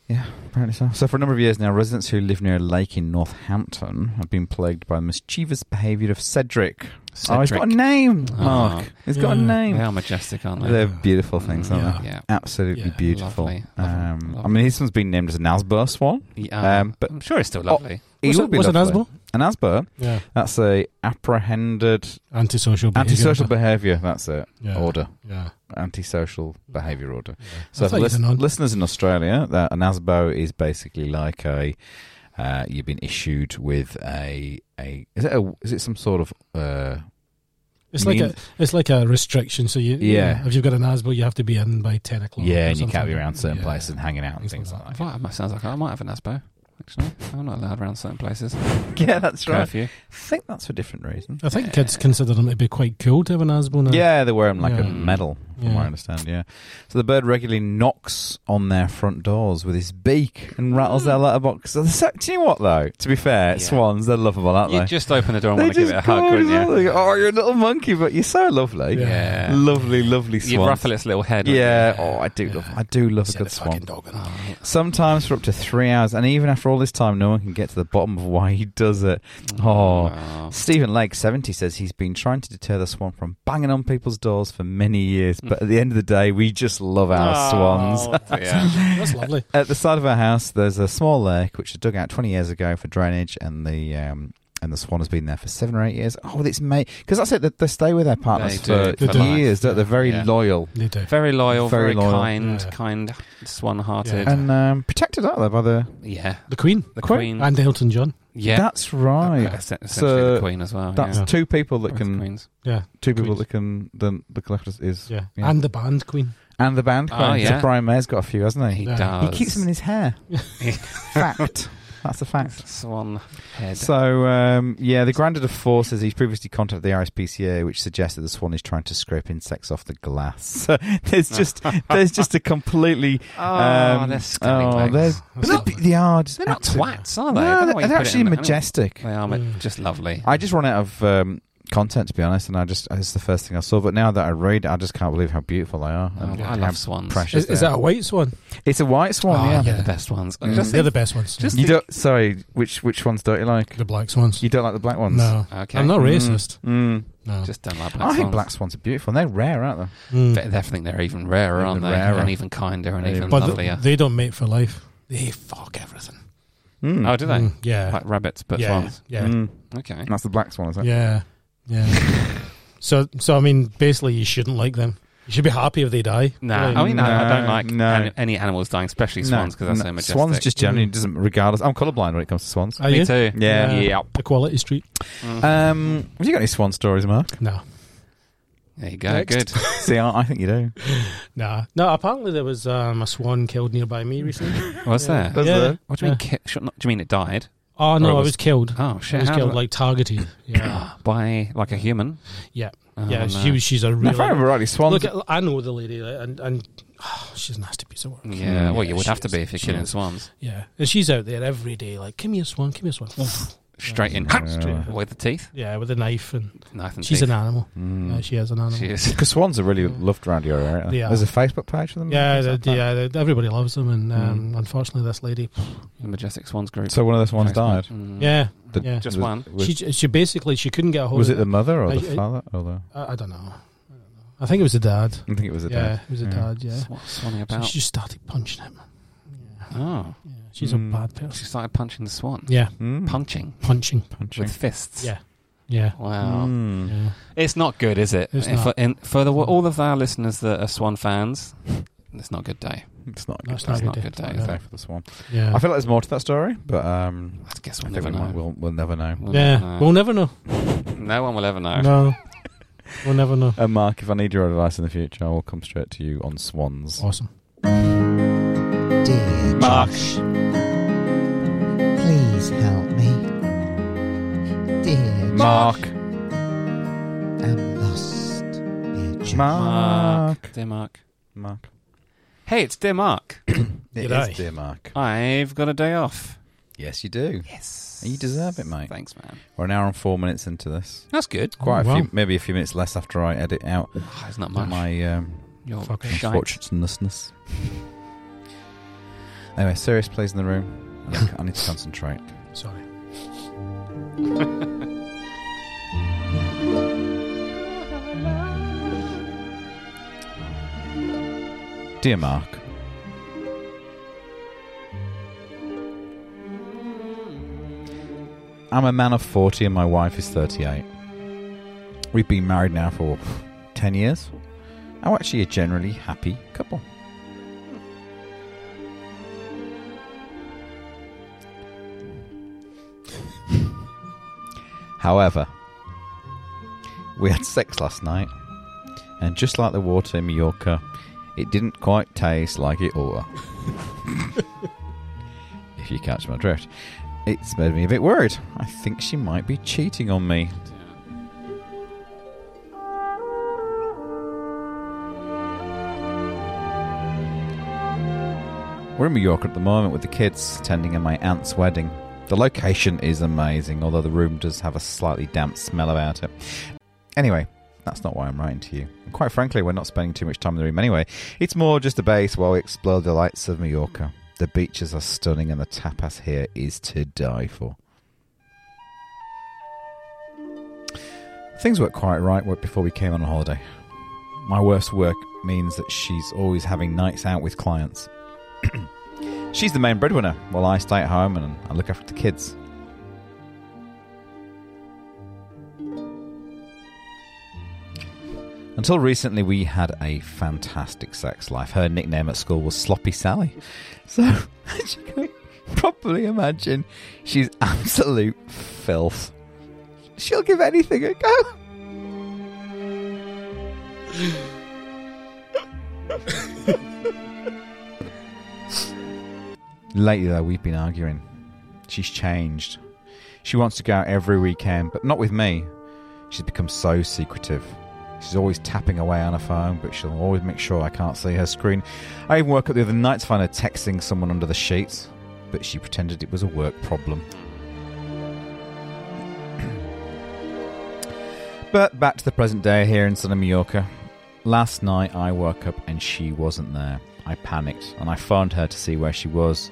S2: Yeah, apparently so. So, for a number of years now, residents who live near a lake in Northampton have been plagued by the mischievous behaviour of Cedric. Oh, he's got a
S3: Cedric.
S2: name,
S3: Oh.
S2: Mark. He's got a
S4: Yeah.
S2: name.
S3: They are majestic, aren't they?
S2: They're beautiful things, aren't they?
S3: Yeah.
S2: Absolutely
S4: Yeah,
S2: beautiful.
S3: lovely, lovely,
S2: um, I
S3: lovely.
S2: mean, this one's been named as an Asbur swan.
S3: Yeah.
S2: Um, but
S3: I'm sure it's still lovely.
S2: he
S4: What's
S2: would
S4: a-
S2: be
S4: what's an
S2: lovely.
S4: Asbur?
S2: An Asbur.
S4: Yeah.
S2: That's a apprehended
S4: Antisocial behaviour.
S2: antisocial behaviour. That's it.
S4: Yeah.
S2: Order.
S4: Yeah.
S2: Antisocial behaviour order.
S4: I
S2: So
S4: thought
S2: for
S4: you
S2: lis-
S4: were non-
S2: listeners in Australia, that an ASBO is basically like a uh, you've been issued with a a is it a is it some sort of uh,
S4: It's
S2: Mean-
S4: like a it's like a restriction. So you
S2: Yeah.
S4: if you've got an ASBO, you have to be in by ten o'clock.
S2: yeah,
S4: or
S2: and you can't
S4: something.
S2: be around certain
S4: Yeah.
S2: places and hanging out and things like
S4: like
S2: that.
S3: I might- sounds like I might have an ASBO, actually. I'm not allowed around certain places.
S2: Yeah, that's
S3: Curfew.
S2: I think that's for a different reason.
S4: I think kids consider them to be quite cool to have an ASBO now.
S2: Yeah, they wear them like a
S4: Yeah.
S2: medal, from what I
S4: Yeah.
S2: understand. Yeah, so the bird regularly knocks on their front doors with his beak and
S4: Mm.
S2: rattles their letterbox. So, so- do you know what though? To be fair, swans they're lovable, aren't
S3: You'd
S2: they?
S3: just open the door and
S2: They're
S3: want to give it a hug,
S2: gorgeous,
S3: wouldn't you?
S2: aren't they? Oh, you're a little monkey, but you're so lovely.
S3: Yeah.
S2: Lovely, lovely
S3: You'd
S2: swan.
S3: ruffle its little head. wouldn't
S2: Yeah. Oh, I do love. I do love a good swan. Sometimes for up to three hours, and even after all this time, no one can get to the bottom of why he does it. Oh, Stephen Lake seventy says he's been trying to deter the swan from banging on people's doors for many years, but at the end of the day, we just love our swans.
S3: Oh, yeah.
S4: that's lovely.
S2: At the side of our house, there's a small lake which was dug out 20 years ago for drainage, and the um, and the Swan has been there for seven or eight years. Oh, it's mate, because that's it. They, they stay with their partners
S3: They do
S2: for,
S3: it for life.
S2: years. don't they? They're very
S3: Yeah.
S2: loyal,
S3: Very loyal, very,
S2: loyal.
S3: kind, kind, swan hearted.
S2: and um, protected, aren't they, by the
S3: Yeah.
S4: The Queen.
S3: The Queen.
S4: And Elton John.
S3: Yeah.
S2: That's right.
S3: Okay, essen- essentially the Queen as well,
S2: That's
S4: yeah.
S2: two people that
S4: Both
S2: can.
S4: Queens. Yeah,
S2: Two people that can. Then the collectors is.
S4: Yeah. And the band Queen.
S2: And the band
S4: Oh,
S3: Ah,
S2: Queen.
S4: yeah.
S2: So Brian Mayer's got a few, hasn't he?
S4: He Yeah. does.
S2: He keeps them in his hair. fact. That's a fact.
S3: Swan head.
S2: So um, yeah, the Grandad of Four says he's previously contacted the RSPCA, which suggests that the Swan is trying to scrape insects off the glass.
S3: Ah.
S2: there's just there's just a completely
S3: Oh,
S2: um,
S3: they're scallywags.
S2: oh, there's- but
S3: That's
S2: they're- they are just
S3: They're not
S2: absolute-
S3: twats, are they? I don't
S2: No,
S3: know why
S2: they're,
S3: you
S2: they're
S3: put it
S2: actually
S3: in the- I mean,
S2: majestic.
S3: They are ma-
S4: Mm.
S3: just lovely.
S2: I just run out of um, content to be honest, and I just it's the first thing I saw. But now that I read, it, I just can't believe how beautiful they are. and
S3: Oh, I
S2: how
S3: love swans. Ah,
S2: Precious.
S4: Is, is
S2: they
S4: that
S2: are.
S4: a white swan?
S2: It's a white swan.
S4: Oh,
S2: yeah,
S4: they're the
S3: best ones.
S4: Mm. Just They're think- the best ones. just
S2: you
S4: think-
S2: don't, sorry, which which ones don't you like? The
S4: black swans.
S2: You don't like the black ones?
S4: No. Okay. I'm not
S2: Mm,
S4: racist.
S2: Mm.
S4: No.
S3: Just don't like black
S2: I think
S3: swans.
S2: black swans are beautiful. and They're rare, aren't they?
S4: Mm.
S3: They- they think they're even rarer, aren't they? And even kinder and even
S4: But th-
S3: lovelier.
S4: they don't mate for life. They fuck everything.
S3: Oh, do they?
S4: Mm, yeah.
S3: Like rabbits, but
S4: Yeah,
S3: swans.
S4: yeah.
S2: Mm.
S3: Okay.
S2: That's the black swan, is it?
S4: Yeah. Yeah. so, so I mean, basically, you shouldn't like them. You should be happy if they die.
S3: Nah,
S4: Like-
S3: I mean, I, I don't
S2: No,
S3: like
S2: no.
S3: an- any animals dying, especially swans, because they're so majestic.
S2: Swans just generally
S4: Mm.
S2: doesn't, regardless. I'm colourblind when it comes to swans.
S4: Are you?
S2: Yeah.
S4: Equality Street.
S3: Mm.
S2: Um, have you got any swan stories, Mark?
S4: No.
S3: There you go.
S4: Next.
S3: Good.
S2: See, I, I think you do.
S4: Nah. No, apparently there was um, a swan killed nearby me recently.
S3: What's
S4: Yeah.
S3: that?
S4: Yeah.
S3: Oh, What do you mean?
S4: Yeah.
S3: Ki- sh- not- do you mean it died?
S4: Oh,
S3: Or
S4: no,
S3: it
S4: I was killed.
S3: Oh shit!
S4: I was
S3: how
S4: killed,
S3: did-
S4: like, targeted. Yeah.
S3: by like a human.
S4: Yeah.
S3: Oh,
S4: yeah,
S3: no.
S4: she was, she's a really.
S3: if I remember rightly, swans-
S4: Look, I know the lady, like, and, and oh, she's a nasty piece of work.
S3: Yeah, well, you would
S4: she
S3: have to
S4: is.
S3: be if you're
S4: She
S3: killing
S4: is.
S3: swans.
S4: Yeah. And she's out there every day, like, come here, swan, come here, swan.
S3: Straight in,
S4: Straight in.
S3: with the teeth.
S4: Yeah, with a knife and.
S3: Knife and
S4: she's
S3: teeth.
S4: an animal.
S3: Mm.
S4: Yeah, Uh, she is an animal.
S3: She is.
S2: Because swans are really loved around here, aren't they?
S4: They are.
S2: There's a Facebook page for them.
S4: Yeah,
S2: Is
S4: they-
S2: that that?
S4: yeah. they- Everybody loves them, and
S2: Mm.
S4: um, unfortunately, this lady.
S3: The majestic swans group.
S2: So one of the swans
S3: Thanks,
S2: died.
S3: mate. Mm.
S4: Yeah,
S2: The-
S4: yeah.
S3: Just
S2: was-
S3: one.
S2: was-
S4: she she basically she couldn't get a hold.
S2: Was
S4: of
S2: it the mother or
S4: I-
S2: the
S4: I-
S2: father or the?
S4: I, I don't know. I don't know. I think it was the dad.
S2: I think it was the
S4: yeah,
S2: dad.
S4: it was the
S2: Yeah.
S4: dad. Yeah.
S3: Sw- swanning
S4: So
S3: about.
S4: she just started punching him.
S3: Oh,
S4: she's
S2: Mm.
S4: a bad person.
S3: She started punching the swan.
S4: Yeah.
S3: punching,
S4: punching,
S2: punching
S3: with fists.
S4: Yeah. Yeah.
S3: Wow.
S4: Mm. Yeah.
S3: It's not good, is it?
S4: It's
S3: And
S4: not.
S3: For, and for the, all of our listeners that are Swan fans, it's not a good day.
S2: It's not a
S4: No,
S2: good
S4: it's
S2: day.
S4: not
S3: It's
S4: a
S3: not a
S4: good
S3: good
S4: day.
S3: day.
S4: No.
S3: is
S2: Day
S3: it?
S2: for the swan.
S4: Yeah.
S2: I feel like there's more to that story, but um,
S3: I guess we'll
S2: I think
S3: never
S2: we might-
S3: know.
S2: We'll, we'll never know.
S3: We'll
S4: Yeah,
S3: never know.
S4: we'll never know.
S3: No one will ever know.
S4: No, we'll never know.
S2: And Uh, Mark, if I need your advice in the future, I will come straight to you on swans.
S4: Awesome.
S13: Dear
S2: Mark.
S13: Josh, please help me. Dear
S2: Mark.
S13: I'm lost. Dear Josh.
S3: Mark. Dear Mark.
S2: Mark.
S3: Hey, it's dear Mark.
S2: It is, dear Mark.
S3: I've got a day off.
S2: Yes, you do.
S3: Yes.
S2: You deserve it, mate.
S3: Thanks, man.
S2: We're an hour and four minutes into this.
S3: That's good.
S2: Quite a
S3: Oh, wow.
S2: few, maybe a few minutes less after I edit out.
S3: it's not much.
S2: My um,
S3: Your shite.
S2: unfortunateness. Anyway, serious plays in the room. Yuck, I need to concentrate.
S4: Sorry.
S2: Dear Mark, I'm a man of 40 and my wife is 38. We've been married now for 10 years. I'm actually a generally happy couple. However, we had sex last night, and just like the water in Mallorca, it didn't quite taste like it ought. if you catch my drift, it's made me a bit worried. I think she might be cheating on me. We're in Mallorca at the moment with the kids, attending my aunt's wedding. The location is amazing, although the room does have a slightly damp smell about it. Anyway, that's not why I'm writing to you. And quite frankly, we're not spending too much time in the room anyway. It's more just a base while we explore the lights of Mallorca. The beaches are stunning and the tapas here is to die for. Things weren't quite right before we came on holiday. My worst work means that she's always having nights out with clients. She's the main breadwinner, while I stay at home and I look after the kids. Until recently, we had a fantastic sex life. Her nickname at school was Sloppy Sally. So, as you can probably imagine, she's absolute filth. She'll give anything a go. Lately, though, we've been arguing. She's changed. She wants to go out every weekend, but not with me. She's become so secretive. She's always tapping away on her phone, but she'll always make sure I can't see her screen. I even woke up the other night to find her texting someone under the sheets, but she pretended it was a work problem. But back to the present day here in Santa Mallorca. Last night I woke up and she wasn't there. I panicked and I phoned her to see where she was.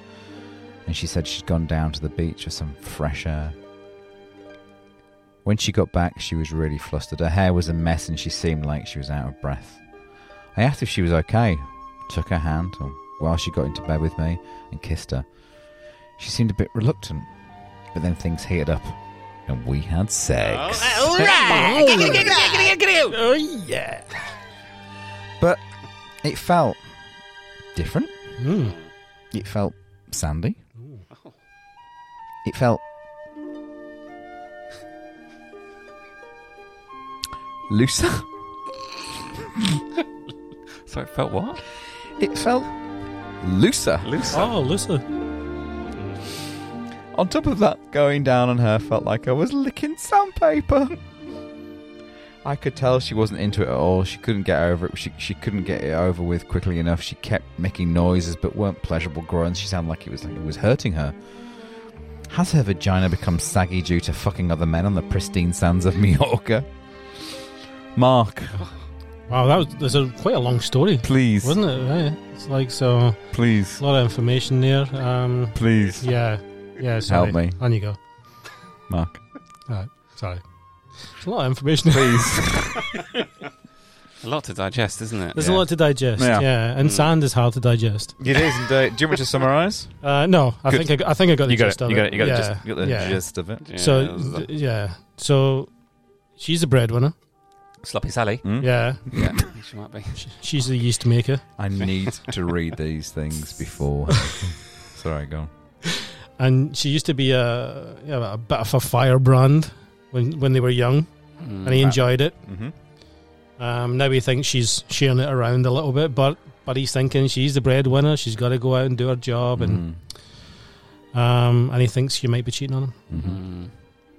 S2: And she said she'd gone down to the beach for some fresh air. When she got back, she was really flustered. Her hair was a mess and she seemed like she was out of breath. I asked if she was okay, took her hand and while she got into bed with me and kissed her. She seemed a bit reluctant, but then things heated up and we had sex.
S8: All right. Giggity, giggity, giggity, giggity.
S2: Oh, yeah. But it felt different.
S4: Hmm.
S2: It felt sandy.
S3: Oh.
S2: It felt looser.
S3: so it felt what?
S2: It felt looser.
S3: Looser.
S4: Oh, looser.
S2: On top of that, going down on her felt like I was licking sandpaper. I could tell she wasn't into it at all. She couldn't get over it. She, she couldn't get it over with quickly enough. She kept making noises but weren't pleasurable groans. She sounded like it was like it was hurting her. Has her vagina become saggy due to fucking other men on the pristine sands of Majorca? Mark,
S4: Wow, that was there's a quite a long story.
S2: Please.
S4: wasn't it? Right? It's like so.
S2: Please.
S4: a lot of information there. Um,
S2: Please.
S4: Yeah, yeah. Sorry.
S2: Help me.
S4: On you go.
S2: Mark,
S4: All right, sorry. It's a lot of information.
S2: Please.
S3: A lot to digest, isn't it? Mm.
S4: There's a lot to digest. Yeah, and sand is hard to digest.
S2: Mm. it is. Indeed. Do you want me to summarise?
S4: Uh, no, I
S2: Good.
S4: think I, got- I think I got the
S2: You got
S4: gist
S2: it,
S4: of
S2: you got it, you got it,
S4: Yeah,
S2: just- you got the
S4: yeah.
S2: gist of it.
S3: Yeah, that was
S4: So
S3: the-
S4: d- yeah, so she's a breadwinner.
S3: Sloppy Sally.
S2: Hmm?
S4: Yeah,
S3: Yeah, she might be.
S4: she's the yeast maker.
S2: I need to read these things before. Sorry, go on.
S4: and she used to be a yeah, a bit of a firebrand when when they were young,
S2: Mm.
S4: and he enjoyed it.
S2: Mhm.
S4: Um, now he thinks she's sharing it around a little bit, but but he's thinking she's the breadwinner. She's got to go out and do her job, and um, and he thinks she might be cheating on him.
S2: Mm-hmm.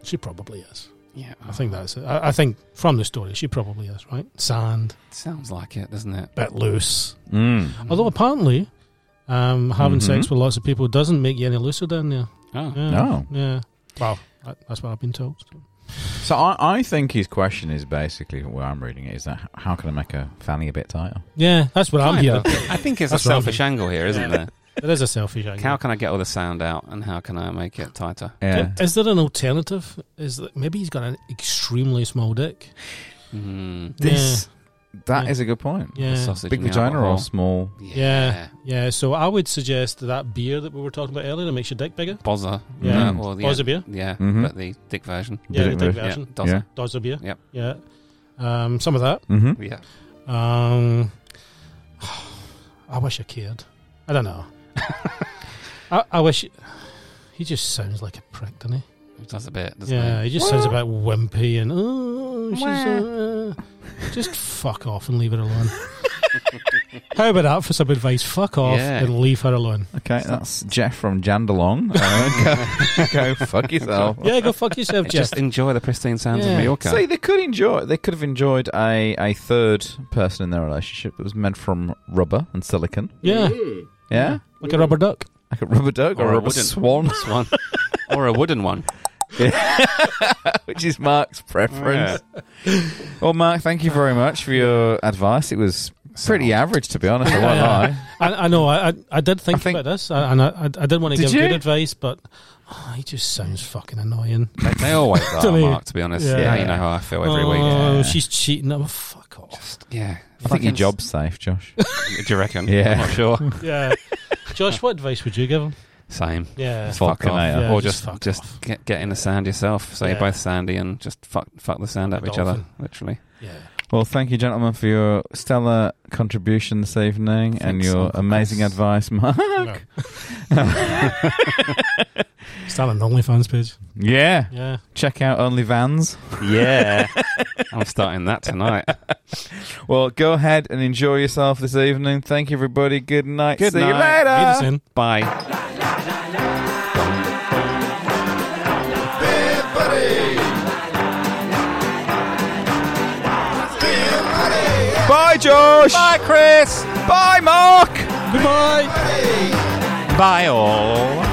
S4: She probably is.
S3: Mm. Yeah, oh.
S4: I think that's it. I, I think from the story, she probably is right. Sand,
S3: Sounds like it, doesn't it?
S4: bit loose.
S2: Mm.
S4: Although apparently, um, having
S3: Mhm.
S4: sex with lots of people doesn't make you any looser down there.
S3: Oh.
S4: yeah.
S2: No.
S4: yeah. Well, that- that's what I've been told.
S2: So I, I think his question is basically where I'm reading it is that h- how can I make a fanny a bit tighter?
S4: Yeah, that's what I'm
S3: Kind
S4: here.
S3: of. I think it's a
S4: That's what I'm
S3: selfish angle here, isn't there?
S4: There is a selfish angle.
S3: How can I get all the sound out, and how can I make it tighter?
S2: Yeah.
S4: Is there an alternative? Is that maybe he's got an extremely small dick?
S2: This that is
S4: Yeah.
S2: a good point.
S4: Yeah. Hmm. The sausage
S2: Big
S4: and the
S2: vagina or
S4: alcohol.
S2: small?
S4: Yeah. yeah, So I would suggest that, that beer that we were talking about earlier makes your dick bigger.
S2: Mm.
S3: Bozza,
S4: Yeah.
S3: Uh, or the-
S4: Bozza beer.
S3: yeah,
S2: Mhm.
S3: but the dick version,
S4: Yeah, the
S2: Dick
S4: dick
S2: beer.
S4: version.
S3: Yeah, dozen.
S4: Dozer beer.
S3: Yep.
S4: Yeah. Um, some of that.
S2: Mhm.
S3: Yeah.
S4: Um, I wish I cared. I don't know. I, I wish he just sounds like a prick, doesn't he?
S3: It does a bit, doesn't
S4: yeah,
S3: it?
S4: he just sounds a bit wimpy and oh, she's uh, just fuck off and leave her alone. How about that for some advice? Fuck off
S2: Yeah.
S4: and leave her alone.
S2: Okay, that's Jeff from Jandalong. Uh, go, go fuck yourself.
S4: Yeah, go fuck yourself, Jeff.
S3: Just enjoy the pristine sounds
S4: Yeah.
S3: of Mallorca.
S2: See, they could enjoy. They could have enjoyed a, a third person in their relationship that was made from rubber and silicon.
S4: Yeah.
S2: Yeah,
S4: Like a rubber duck.
S2: like a rubber duck or, a rubber
S3: Mm. wooden
S2: swan,
S3: swan, or a wooden one.
S2: which is Mark's preference. Well, Mark, thank you very much for your advice. It was pretty average, to be honest. I won't lie.
S4: I, I know. I, I, I did think,
S2: I think-
S4: about this, I- and I, I, I did want to
S2: Did
S4: give
S2: you?
S4: good advice, but oh, he just sounds fucking annoying.
S3: They, they always
S4: To
S3: are,
S4: me.
S3: Mark. To be honest,
S4: Yeah.
S3: yeah. you know how I feel every week.
S4: oh,
S2: Yeah.
S4: she's cheating. Oh, fuck off.
S3: Yeah,
S2: I think your
S3: Fucking-
S2: job's safe, Josh.
S3: Do you reckon?
S2: Yeah.
S3: I'm not sure.
S4: Yeah. Josh, what advice would you give him?
S3: Same.
S4: Yeah.
S3: Fuck
S2: Fucking
S3: off.
S2: hell.
S4: Yeah,
S3: or
S4: just
S3: just
S4: fuck
S3: just, get get in the sand yourself. So
S4: Yeah.
S3: you're both sandy and just fuck fuck the sand out of each other,
S4: dolphin.
S3: literally.
S4: Yeah.
S2: Well, thank you, gentlemen, for your stellar contribution this evening and your amazing advice, Mark.
S4: Start an OnlyFans page.
S2: Yeah.
S4: Yeah.
S2: Check out OnlyVans.
S3: Yeah. I'm starting that tonight.
S2: well, go ahead and enjoy yourself this evening. Thank you, everybody. Good night.
S3: Good
S2: See you
S3: night.
S2: later.
S3: Peterson. Bye.
S2: Bye, Josh. Bye, Chris. Bye, Mark.
S4: Goodbye.
S3: Bye all.